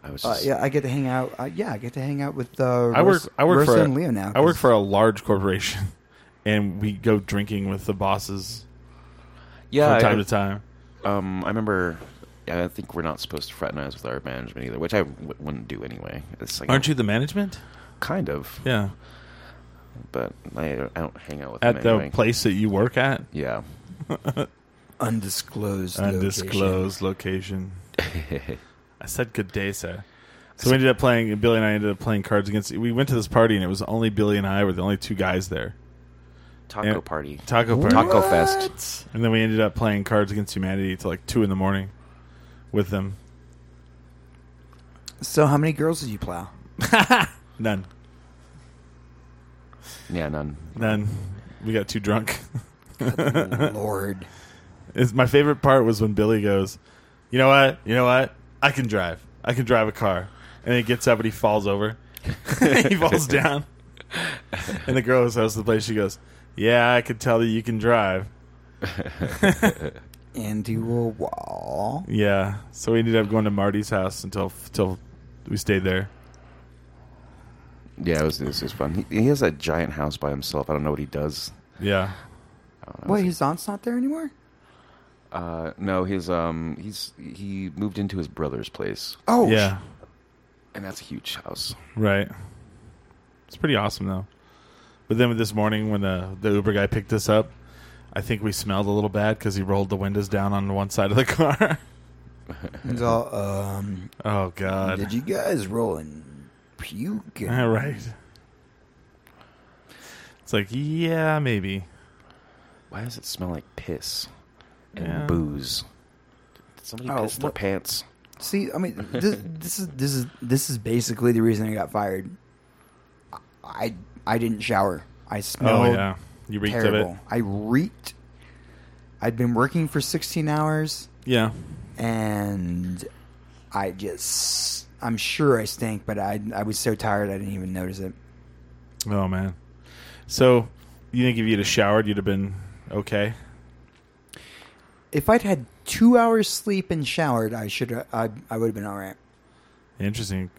S3: I was
S5: Uh,
S3: just,
S5: yeah, I get to hang out. Uh, yeah, I get to hang out with. Uh,
S2: I work.
S5: Ros-
S2: I work
S5: Rosa
S2: for. A,
S5: and Leo now.
S2: I work
S5: 'cause-
S2: for a large corporation, *laughs* and we go drinking with the bosses
S3: yeah.
S2: from time
S3: I,
S2: to time.
S3: um, I remember. I think we're not supposed to fraternize with our management either, which I w- wouldn't do anyway. It's like
S2: Aren't you the management?
S3: kind of,
S2: Yeah,
S3: but I, I don't hang out with
S2: at
S3: them
S2: the
S3: anyway.
S2: place that you work at,
S3: Yeah,
S5: undisclosed. location.
S2: undisclosed location.
S3: *laughs*
S2: I said good day, sir. So we ended up playing. Billy and I ended up playing cards against. We went to this party, and it was only Billy and I were the only two guys there.
S3: taco
S2: Yeah.
S3: party,
S2: Taco party.
S3: taco fest.
S2: And then we ended up playing Cards Against Humanity till like two in the morning with them.
S5: So, how many girls did
S2: *laughs*
S5: you plow?
S2: None.
S3: Yeah, none.
S2: None. We got too drunk. *laughs*
S5: Lord,
S2: It's, my favorite part was when Billy goes, You know what? You know what? I can drive. I can drive a car. And he gets up and he falls over. *laughs* he falls down. And the girl who's host the place, she goes, Yeah, I could tell that you can drive.
S5: into a wall.
S2: Yeah. So we ended up going to Marty's house until till we stayed there.
S3: Yeah, it was this was fun. He, he has that giant house by himself. I don't know what he does.
S2: Yeah.
S5: Wait, his aunt's not there anymore.
S3: Uh, no, his um, he's he moved into his brother's place,
S5: Oh,
S2: Yeah.
S3: and that's a huge house.
S2: Right. It's pretty awesome though. But then this morning when uh, the the Uber guy picked us up, I think we smelled a little bad because he rolled the windows down on one side of the *laughs* car.
S5: It's all, um,
S2: oh God!
S5: did you guys roll in puke?
S2: All *laughs* right. It's like yeah, maybe.
S3: Why does it smell like piss and
S2: Yeah.
S3: booze? Did somebody
S5: Oh,
S3: piss their
S5: what-
S3: pants?
S5: See, I mean, this, this is this is this is basically the reason I got fired. I I didn't shower. I
S2: Oh
S5: smelled
S2: yeah, you reeked of
S5: terrible.
S2: it.
S5: I reeked. I'd been working for 16 hours,
S2: Yeah,
S5: and I just I'm sure I stink, but I I was so tired I didn't even notice it.
S2: Oh man. So you think if you'd have showered, you'd have been okay?
S5: If I'd had two hours sleep and showered, I should I I would have been all right.
S2: Interesting.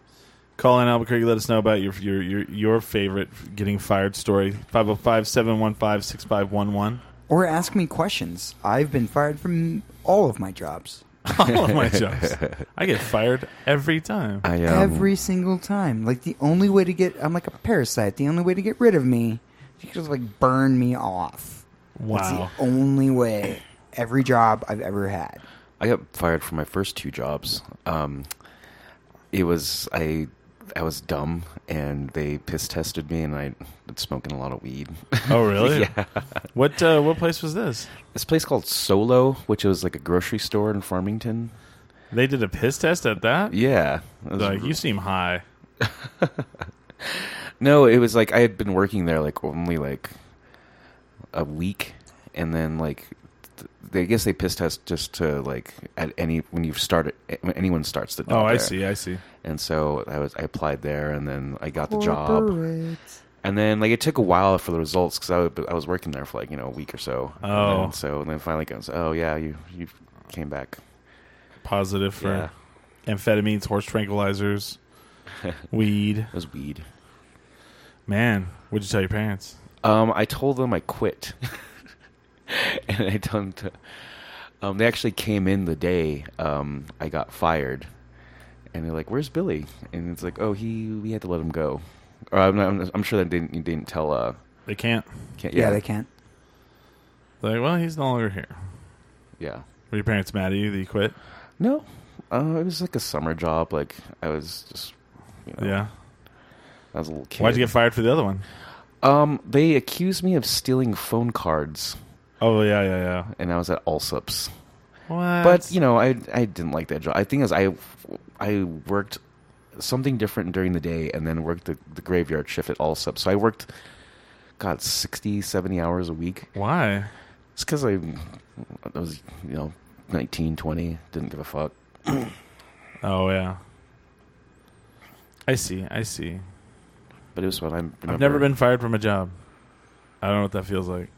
S2: Call in Albuquerque. Let us know about your your your, your favorite getting fired story. 505 715 6511.
S5: Or ask me questions. I've been fired from all of my jobs.
S2: *laughs* All of my
S3: *laughs*
S2: jobs. I get fired every time.
S3: I um,
S5: Every single time. Like the only way to get I'm like a parasite. The only way to get rid of me is you just like burn me off. It's
S2: Wow.
S5: the only way every job I've ever had.
S3: I got fired from my first two jobs. Um, it was I I was dumb and they piss tested me and I was smoking a lot of weed. *laughs*
S2: Oh, really?
S3: yeah.
S2: What uh, what place was this?
S3: This place called Solo, which was like a grocery store in Farmington.
S2: They did a piss test at that.
S3: Yeah. It was
S2: Like you seem high.
S3: No, it was like I had been working there like only like a week, and then like th- they, I guess they pissed us just to like at any when you start it when anyone starts the job.
S2: Oh, I
S3: there.
S2: see. I see.
S3: And so I was I applied there, and then I got the job, and then like it took a while for the results because I, w- I was working there for like you know a week or so.
S2: Oh.
S3: and so and then finally goes, oh yeah, you you came back.
S2: Positive for
S3: Yeah,
S2: amphetamines, horse
S3: *laughs*
S2: tranquilizers, weed.
S3: it was weed.
S2: Man, what'd you tell your parents?
S3: Um, I told them I quit, *laughs* and I told them to, um, they actually came in the day um, I got fired, and they're like, "Where's Billy?" And it's like, "Oh, he we had to let him go." Or I'm, not, I'm, I'm sure that didn't you didn't tell. Uh,
S2: They can't.
S3: can't,
S5: Yeah,
S3: yeah,
S5: they can't.
S2: They're like, well, he's no longer here.
S3: yeah.
S2: Were your parents mad at you that you quit?
S3: No, uh, it was like a summer job. Like I was just, you know,
S2: Yeah.
S3: I was a little kid.
S2: Why'd you get fired for the other one?
S3: um, they accused me of stealing phone cards,
S2: Oh yeah, yeah,
S3: and I was at Allsups.
S2: yeah. What?
S3: but *laughs* you know, I I didn't like that job. I think is I I worked something different during the day and then worked the, the graveyard shift at all sub. So I worked god 60 70 hours a week.
S2: why?
S3: It's cuz I I was, you know, 19 20, didn't give a fuck.
S2: Oh yeah. I see. I see.
S3: But it was what I remember.
S2: I've never been fired from a job. I don't know what that feels like.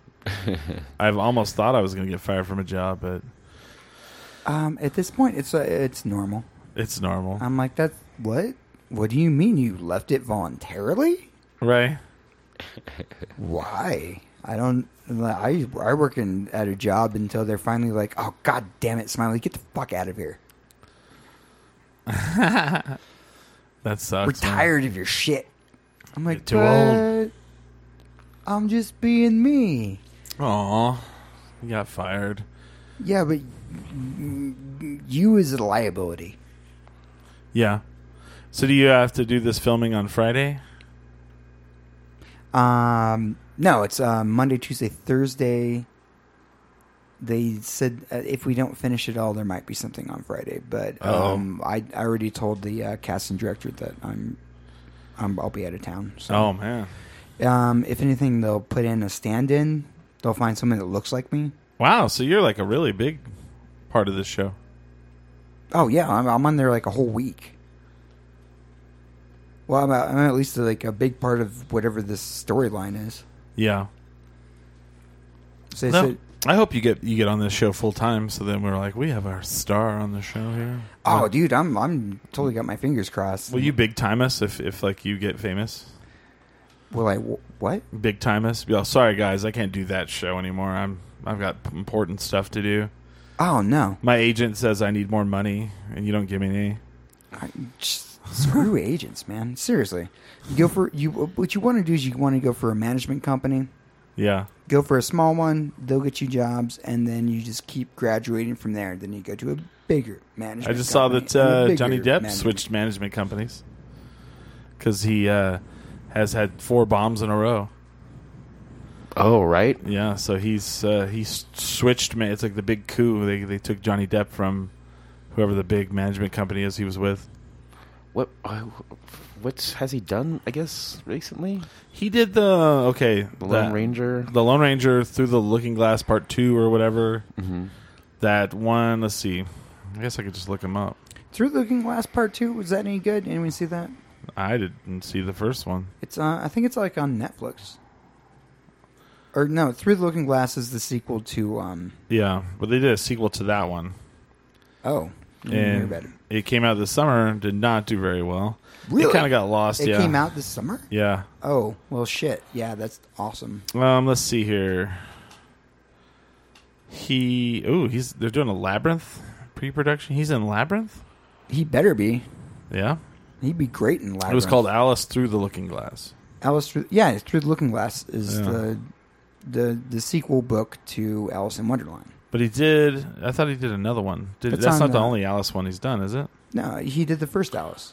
S2: I've almost thought I was going to get fired from a job, but
S5: Um, at this point, it's uh, it's normal.
S2: it's normal,
S5: I'm like, that's what? What do you mean you left it voluntarily?
S2: right?
S5: Why? I don't. I I work in at a job until they're finally like, oh god damn it, Smiley, get the fuck out of here.
S2: That sucks.
S5: We're
S2: man.
S5: tired of your shit. I'm like,
S2: You're too old.
S5: "But I'm just being me.
S2: Aw, you got fired.
S5: Yeah, but you is a liability.
S2: Yeah. So do you have to do this filming on Friday?
S5: Um, no, it's uh, Monday, Tuesday, Thursday. They said uh, if we don't finish it all, there might be something on Friday. But
S2: Uh-oh.
S5: um, I, I already told the uh, casting director that I'm, I'm I'll be out of town. So
S2: Oh man!
S5: um, if anything, they'll put in a stand-in. They'll find someone that looks like me.
S2: Wow. So you're like a really big part of this show.
S5: Oh yeah, I'm, I'm on there like a whole week. Well, I'm, I'm at least like a big part of whatever this storyline is.
S2: Yeah.
S5: So they
S2: No,
S5: said,
S2: I hope you get you get on this show full time. So then we're like, we have our star on the show here.
S5: "Oh, dude, I'm I'm totally got my fingers crossed."
S2: Will you big time us if if like you get famous?
S5: Will I wh- what?
S2: big time us. Be all, sorry guys, I can't do that show anymore. I'm I've got important stuff to do.
S5: Oh no!
S2: My agent says I need more money, and you don't give me any.
S5: I, just, screw *laughs* agents, man. Seriously, you go for you. What you want to do is you want to go for a management company.
S2: Yeah,
S5: Go for a small one; they'll get you jobs, and then you just keep graduating from there. Then you go to a bigger management.
S2: I just saw
S5: company
S2: that
S5: and a
S2: uh,
S5: bigger
S2: Johnny Depp
S5: management-
S2: switched management companies because he uh, has had four bombs in a row.
S3: Oh, right.
S2: Yeah, so he's uh, he's switched. Man, it's like the big coup. They they took Johnny Depp from whoever the big management company is he was with.
S3: What uh, what has he done, I guess, recently?
S2: He did the okay
S3: The Lone
S2: that-
S3: Ranger.
S2: the Lone Ranger through the Looking Glass Part Two or whatever.
S3: Mm-hmm.
S2: That one. Let's see. I guess I could just look him up.
S5: Through the Looking Glass Part Two was that any good? Anyone see that?
S2: I didn't see the first one.
S5: It's uh, I think it's like on Netflix. Or no, Through the Looking Glass is the sequel to um.
S2: Yeah, but they did a sequel to that one,
S5: Oh, I didn't hear
S2: and
S5: about it.
S2: it came out this summer. and Did not do very well.
S5: Really?
S2: It kind of got lost.
S5: It
S2: yeah.
S5: came out this summer.
S2: Yeah.
S5: Oh well, shit. Yeah, that's awesome.
S2: Um. Let's see here. He. Ooh. He's. They're doing a labyrinth pre-production. He's in labyrinth.
S5: He better be.
S2: Yeah.
S5: He'd be great in Labyrinth.
S2: It was called Alice Through the Looking Glass.
S5: Alice Through. Yeah, it's Through the Looking Glass is
S2: Yeah.
S5: the the the sequel book to Alice in Wonderland.
S2: But he did. I thought he did another one. Did,
S5: It's
S2: that's
S5: on,
S2: not the
S5: uh,
S2: only Alice one he's done, is it?
S5: No, he did the first Alice.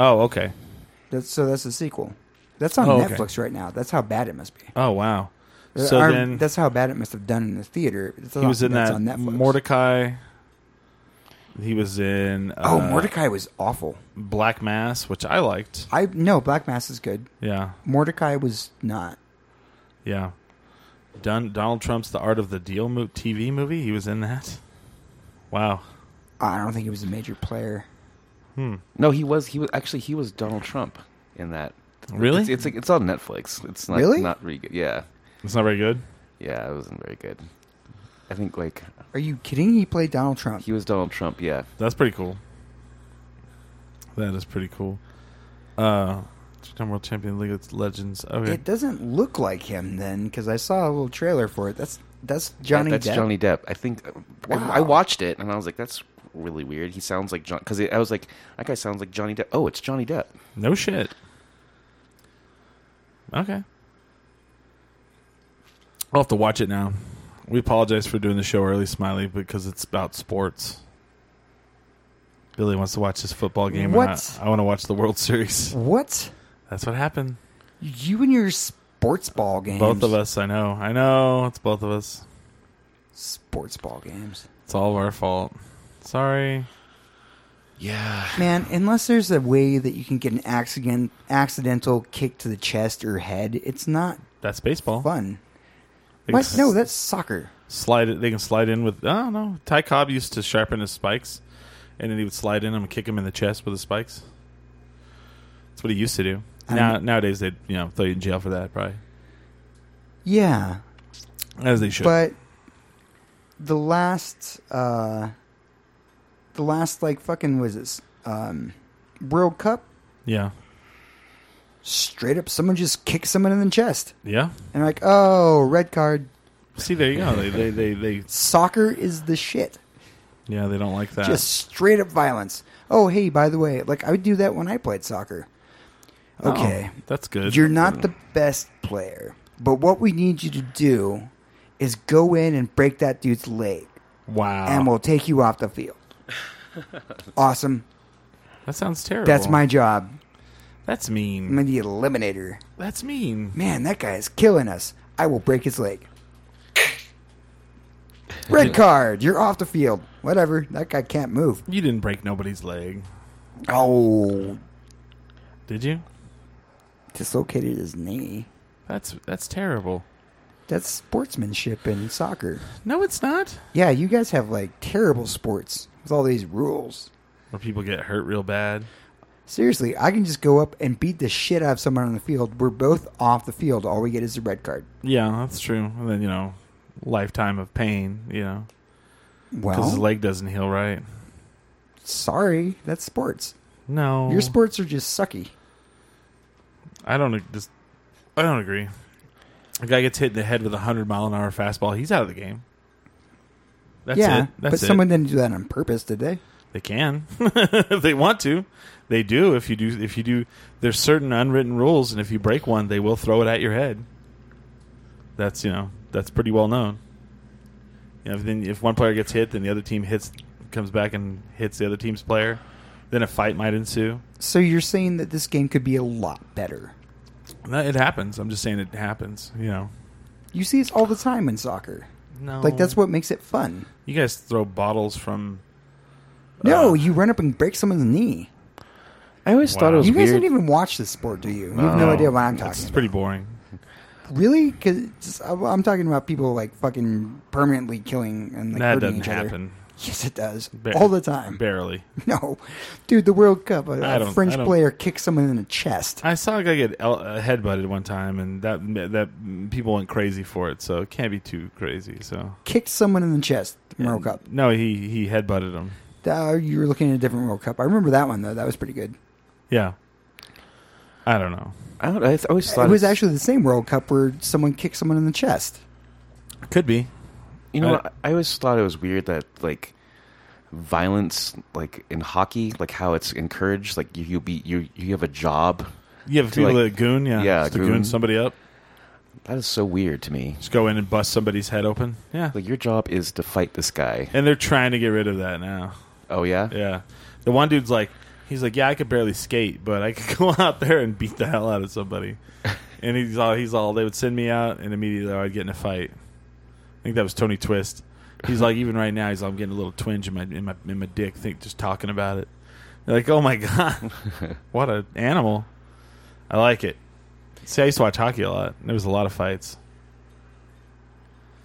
S2: Oh, okay.
S5: That's so that's the sequel. That's on
S2: Oh, okay.
S5: Netflix right now. That's how bad it must be.
S2: Oh, wow. So
S5: Or
S2: then
S5: that's how bad it must have done in the theater. It's
S2: he was in
S5: that's
S2: that
S5: on Netflix.
S2: Mordecai. He was in uh,
S5: oh, Mordecai was awful.
S2: Black Mass, which I liked.
S5: I no Black Mass is good.
S2: Yeah,
S5: Mordecai was not.
S2: yeah. Don, Donald Trump's The Art of the Deal mo- TV movie. He was in that. Wow.
S5: I don't think he was a major player.
S3: No, he was. He was actually. He was Donald Trump in that.
S2: Really?
S3: It's, it's like it's on Netflix. It's not
S5: Really?
S3: not really good. Yeah,
S2: It's not very good.
S3: yeah. It wasn't very good. I think like
S5: Are you kidding? He played Donald Trump.
S3: he was Donald Trump. Yeah.
S2: That's pretty cool. That is pretty cool. Uh, two-time world champion, League of Legends. Okay,
S5: It doesn't look like him then, because I saw a little trailer for it. That's that's Johnny.
S3: That's
S5: Depp.
S3: Johnny Depp. I think I-
S5: Wow.
S3: I, watched it and I was like, that's really weird. He sounds like John because I was like, that guy sounds like Johnny Depp. Oh, it's Johnny Depp.
S2: no shit. Okay, I'll have to watch it now. We apologize for doing the show early, Smiley, because it's about sports. Billy wants to watch this football game. and
S5: What?
S2: I, I want to watch the World Series.
S5: What?
S2: That's what happened.
S5: You and your sports ball games.
S2: Both of us. I know. I know. It's both of us.
S5: Sports ball games.
S2: It's all of our fault. Sorry.
S3: Yeah.
S5: Man, unless there's a way that you can get an accident, accidental kick to the chest or head, it's not
S2: That's baseball.
S5: fun.
S2: They
S5: What?
S2: can
S5: No,
S2: s-
S5: that's soccer.
S2: slide it. They can slide in with. I don't know. Ty Cobb used to sharpen his spikes, and then he would slide in 'em and kick him in the chest with his spikes. That's what he used to do.
S5: I
S2: Now
S5: don't-
S2: nowadays they'd you know throw you in jail for that probably
S5: Yeah,
S2: as they should.
S5: but the last, uh, the last like fucking was this um, World Cup?
S2: yeah,
S5: Straight up, someone just kicked someone in the chest,
S2: yeah.
S5: and like, oh, red card.
S2: See, there you go. They they they, they
S5: Soccer is the shit.
S2: yeah they don't like that.
S5: just straight up violence. Oh, hey, by the way, like I would do that when I played soccer.
S2: Oh,
S5: Okay.
S2: that's good.
S5: You're not the best player, but what we need you to do is go in and break that dude's leg,
S2: wow.
S5: and we'll take you off
S2: *laughs*
S5: the field. awesome.
S2: that sounds terrible.
S5: That's my job.
S2: That's
S5: I'm
S2: mean.
S5: the eliminator.
S2: That's mean.
S5: Man, that guy is killing us. I will break his leg. Red card. You're off the field. Whatever. That guy can't move.
S2: You didn't break nobody's leg,
S5: Oh,
S2: did you?
S5: dislocated his knee.
S2: That's that's terrible.
S5: That's sportsmanship in soccer.
S2: No, it's not.
S5: Yeah, you guys have like terrible sports with all these rules.
S2: Where people get hurt real bad.
S5: Seriously, I can just go up and beat the shit out of someone on the field. We're both off the field. All we get is a red card.
S2: Yeah, that's true. And then you know, lifetime of pain. You know, because his
S5: Well,
S2: leg doesn't heal right.
S5: sorry, that's sports.
S2: No,
S5: Your sports are just sucky.
S2: I don't ag- just. I don't agree. A guy gets hit in the head with a hundred mile an hour fastball. He's out of the game. That's
S5: yeah,
S2: it. That's
S5: but
S2: it.
S5: someone didn't do that on purpose, did they?
S2: They can *laughs* if they want to. They do if you do if you do. There's certain unwritten rules, and if you break one, they will throw it at your head. That's you know that's pretty well known. You know, if then if one player gets hit, then the other team hits comes back and hits the other team's player. Then a fight might ensue.
S5: So you're saying that this game could be a lot better.
S2: No, It happens. I'm just saying it happens. You know,
S5: You see this all the time in soccer.
S2: no,
S5: Like that's what makes it fun.
S2: you guys throw bottles from.
S5: No,
S2: Uh,
S5: you run up and break someone's knee.
S3: I always
S2: Wow.
S3: thought it was
S5: You guys
S3: weird.
S5: didn't even watch this sport, do you? You have no
S2: No.
S5: idea what I'm talking.
S2: It's
S5: about.
S2: pretty boring.
S5: Really? Because I'm talking about people like fucking permanently killing and like
S2: that
S5: hurting
S2: doesn't
S5: each other.
S2: happen
S5: Yes, it does
S2: Ba-
S5: all the time.
S2: Barely.
S5: *laughs* No, dude, the World Cup, a,
S2: I
S5: a
S2: don't-
S5: French
S2: I don't-
S5: player kicks someone in the chest.
S2: I saw a guy get el- uh, headbutted one time, and that that people went crazy for it. So it can't be too crazy. So
S5: Kicked someone in the chest. the World Cup.
S2: No, he he headbutted him.
S5: Uh, you were looking at a different World Cup. I remember that one though. That was pretty good.
S2: Yeah, I don't know.
S3: I, don't, I th- always thought
S5: it was
S3: it's-
S5: actually the same World Cup where someone kicked someone in the chest.
S2: Could be.
S3: You know,
S2: I-
S5: uh,
S3: what? I always thought it was weird that like violence, like in hockey, like how it's encouraged. Like you, you be you, you have a job.
S2: You have
S3: To,
S2: people
S3: like-
S2: that goon, yeah,
S3: yeah,
S2: just to
S3: goon.
S2: goon somebody up.
S3: That is so weird to me.
S2: Just go in and bust somebody's head open. Yeah.
S3: Like your job is to fight this guy.
S2: And they're trying to get rid of that now.
S3: Oh yeah.
S2: Yeah. The one dude's like, he's like, yeah, I could barely skate, but I could *laughs* go out there and beat the hell out of *laughs* somebody. And he's all, he's all, they would send me out, and immediately I'd get in a fight. I think that was Tony Twist. He's like, even right now, he's like, I'm getting a little twinge in my in my in my dick. Think just talking about it. You're like, oh my *laughs* god, what an animal. I like it. See, I used to watch hockey a lot. There was a lot of fights.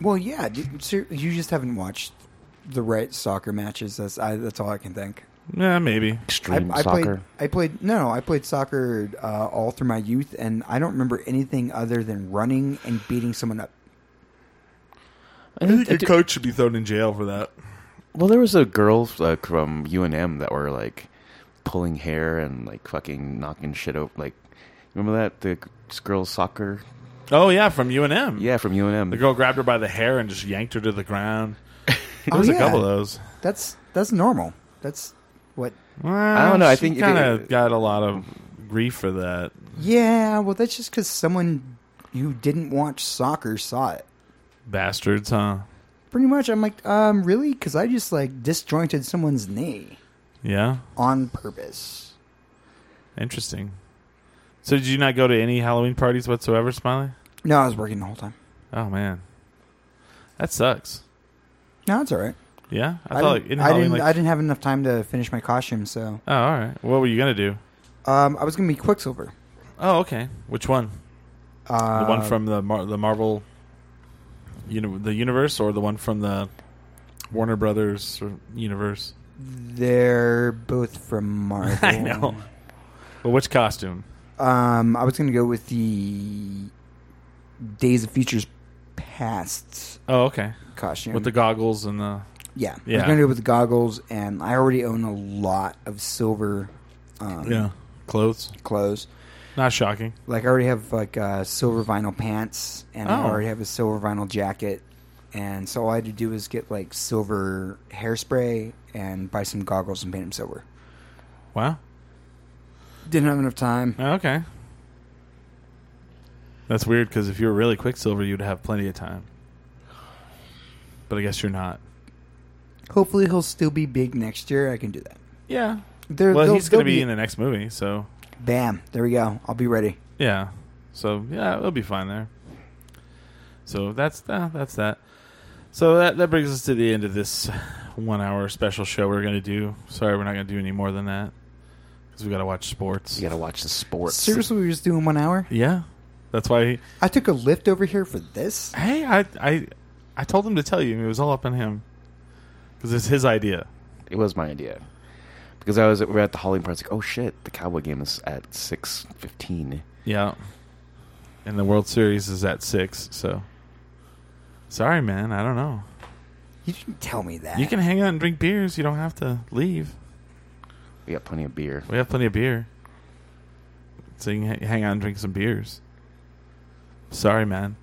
S5: Well, yeah, dude, ser- you just haven't watched the right soccer matches. That's I, that's all I can think.
S2: Yeah, maybe.
S3: Extreme
S5: I, I
S3: soccer.
S5: played. I played. No, I played soccer uh, all through my youth, and I don't remember anything other than running and beating
S2: *laughs*
S5: someone up.
S3: I
S2: I think
S3: think- I
S2: your
S3: do-
S2: coach should be thrown in jail for that.
S3: well, there was a girl uh, from UNM that were like pulling hair and like fucking knocking shit over. Like, remember that the girls soccer?
S2: Oh yeah, from UNM.
S3: Yeah, from UNM.
S2: The girl grabbed her by the hair and just yanked her to the ground.
S5: Oh,
S2: There's
S5: yeah.
S2: a couple of those.
S5: That's that's normal. That's what.
S2: I
S3: don't know, I
S2: she
S3: think if
S2: kind
S3: it-
S2: of got a lot of grief for that.
S5: Yeah, well, that's just because someone who didn't watch soccer saw it.
S2: Bastards, huh?
S5: Pretty much, I'm like, um, really? Because I just like disjointed someone's knee
S2: Yeah,
S5: on purpose.
S2: interesting. So did you not go to any Halloween parties whatsoever, Smiley?
S5: No, I was working the whole time.
S2: Oh man, that sucks.
S5: No, it's all right.
S2: Yeah, I,
S5: I,
S2: thought like,
S5: didn't,
S2: in
S5: I,
S2: Halloween,
S5: didn't,
S2: like,
S5: I didn't have enough time to finish my costume, so
S2: oh, all right. What were you gonna do?
S5: um, I was gonna be Quicksilver.
S2: Oh, okay. Which one?
S5: Uh,
S2: The one from the Mar- the Marvel, you know, the universe, or the one from the Warner Brothers or universe?
S5: Um, They're both
S2: *laughs*
S5: from Marvel.
S2: I know. But which costume?
S5: Um, I was gonna go with the Days of Futures Past
S2: Oh, okay.
S5: costume.
S2: With the goggles and the
S5: yeah, I
S2: yeah.
S5: was gonna go with the goggles, and I already own a lot of silver um,
S2: clothes.
S5: clothes.
S2: Not shocking.
S5: Like I already have like uh, silver vinyl pants, and I
S2: Mm. Oh.
S5: already have a silver vinyl jacket. And so all I had to do was get like silver hairspray and buy some goggles and paint them silver.
S2: Wow.
S5: Didn't have enough time.
S2: Oh, Okay. That's weird because if you were really Quicksilver, you'd have plenty of time. But I guess you're not.
S5: Hopefully he'll still be big next year. I can do that.
S2: Yeah.
S5: There,
S2: well,
S5: there'll-
S2: he's going to
S5: there'll
S2: be in the next movie, so
S5: Bam! There we go. I'll be ready.
S2: yeah. So yeah, it'll be fine there. So that's that. That's that. So that that brings us to the end of this one hour special show we're going to do. Sorry, we're not going to do any more than that because we got to watch sports.
S3: you gotta watch the sports.
S5: Seriously, we were just doing one hour.
S2: Yeah. That's why.
S5: I took a lift over here for this.
S2: Hey, I I I told him to tell you. It was all up on him because it's his idea.
S3: It was my idea because I was we were at the Halloween party. I was like, oh shit, the Cowboy game is at six fifteen.
S2: Yeah. And the World Series is at six, so sorry, man. I don't know.
S5: You didn't tell me that.
S2: You can hang out and drink beers. You don't have to leave.
S3: We got plenty of beer.
S2: We have plenty of beer, so you can ha- hang out and drink some beers. Sorry, man.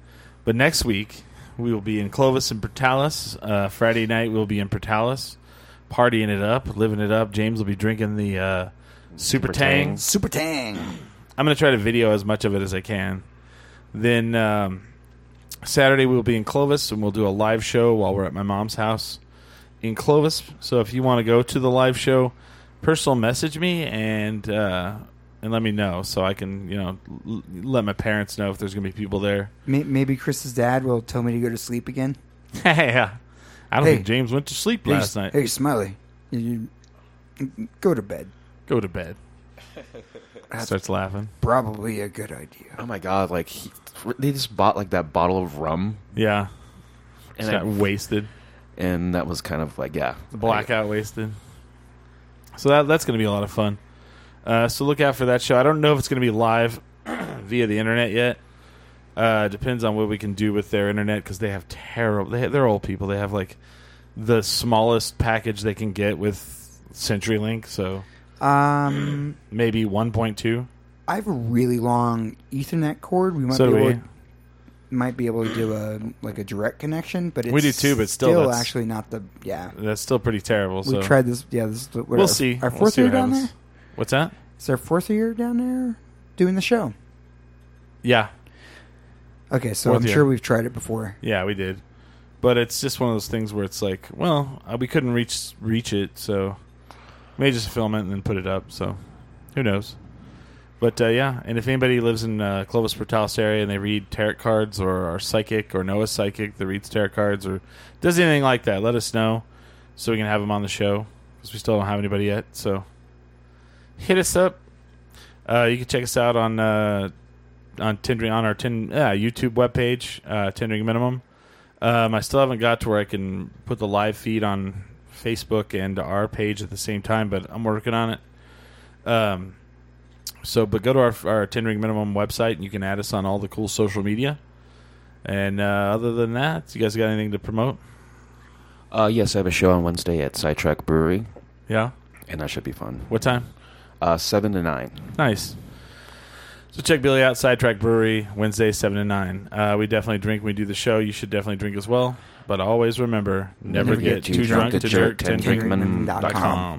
S2: But next week we will be in Clovis and Portales. Uh, Friday night we'll be in Portales, partying it up, living it up. James will be drinking the uh, Super,
S3: Super
S2: Tang.
S3: Tang.
S5: Super Tang.
S2: I'm going to try to video as much of it as I can. Then um, Saturday we'll be in Clovis and we'll do a live show while we're at my mom's house in Clovis. So if you want to go to the live show, personal message me and uh, and let me know so I can you know l- let my parents know if there's going to be people
S3: *laughs*
S2: there.
S5: May- Maybe Chris's dad will tell me to go to sleep again.
S2: yeah, I don't
S5: Hey.
S2: think James went to sleep
S5: Hey,
S2: last night.
S5: Hey, Smiley, you, you- go to bed.
S2: Go to
S3: *laughs*
S2: bed. Starts laughing.
S5: Probably a good idea.
S3: Oh my god! Like he, they just bought like that bottle of rum,
S2: Yeah,
S3: and
S2: just got
S3: I-
S2: wasted.
S3: and that was kind of like yeah,
S2: The blackout wasted. So that that's going to be a lot of fun. Uh, so look out for that show. I don't know if it's going to be live *clears throat* via the internet yet. Uh, depends on what we can do with their internet because they have terrible. They they're old people. They have like the smallest package they can get with CenturyLink. So
S5: Um,
S2: maybe one point two.
S5: I have a really long Ethernet cord. We might
S2: So
S5: be
S2: do
S5: able
S2: we.
S5: to, might be able to do a like a direct connection, but it's
S2: We do too, but still
S5: still
S2: that's-
S5: actually not the yeah.
S2: That's still pretty terrible.
S5: We
S2: so
S5: tried this. Yeah, this is the, what,
S2: We'll
S5: our-
S2: see.
S5: Our
S2: We'll
S5: 4th
S2: see what
S5: year down there.
S2: happens. What's that?
S5: It's our fourth year down there doing the show.
S2: Yeah.
S5: Okay, so
S2: Fourth
S5: I'm
S2: year.
S5: sure we've tried it before.
S2: Yeah, we did. But it's just one of those things where it's like, well, uh, we couldn't reach reach it, so we may just film it and then put it up. So who knows? But uh, yeah, and if anybody lives in uh, Clovis Portalis area and they read tarot cards or are psychic or know a psychic that reads tarot cards or does anything like that, let us know so we can have them on the show because we still don't have anybody yet. So hit us up. Uh, you can check us out on uh, on tendering on our ten, uh, YouTube webpage, uh, tendering minimum. Um, I still haven't got to where I can put the live feed on Facebook and our page at the same time, but I'm working on it. Um, so, but go to our our tendering minimum website and you can add us on all the cool social media. And uh, other than that, you guys got anything to promote?
S3: Uh, yes, I have a show on Wednesday at Sidetrack Brewery,
S2: Yeah.
S3: and that should be fun.
S2: What time?
S3: Uh, seven to nine.
S2: Nice. So check Billy out Sidetrack Brewery Wednesday seven to nine. Uh, we definitely drink when we do the show. You should definitely drink as well. But always remember, never, get, too drunk, to jerk. Ten drink minimum.
S5: dot
S3: drinkminimum.com.
S5: com.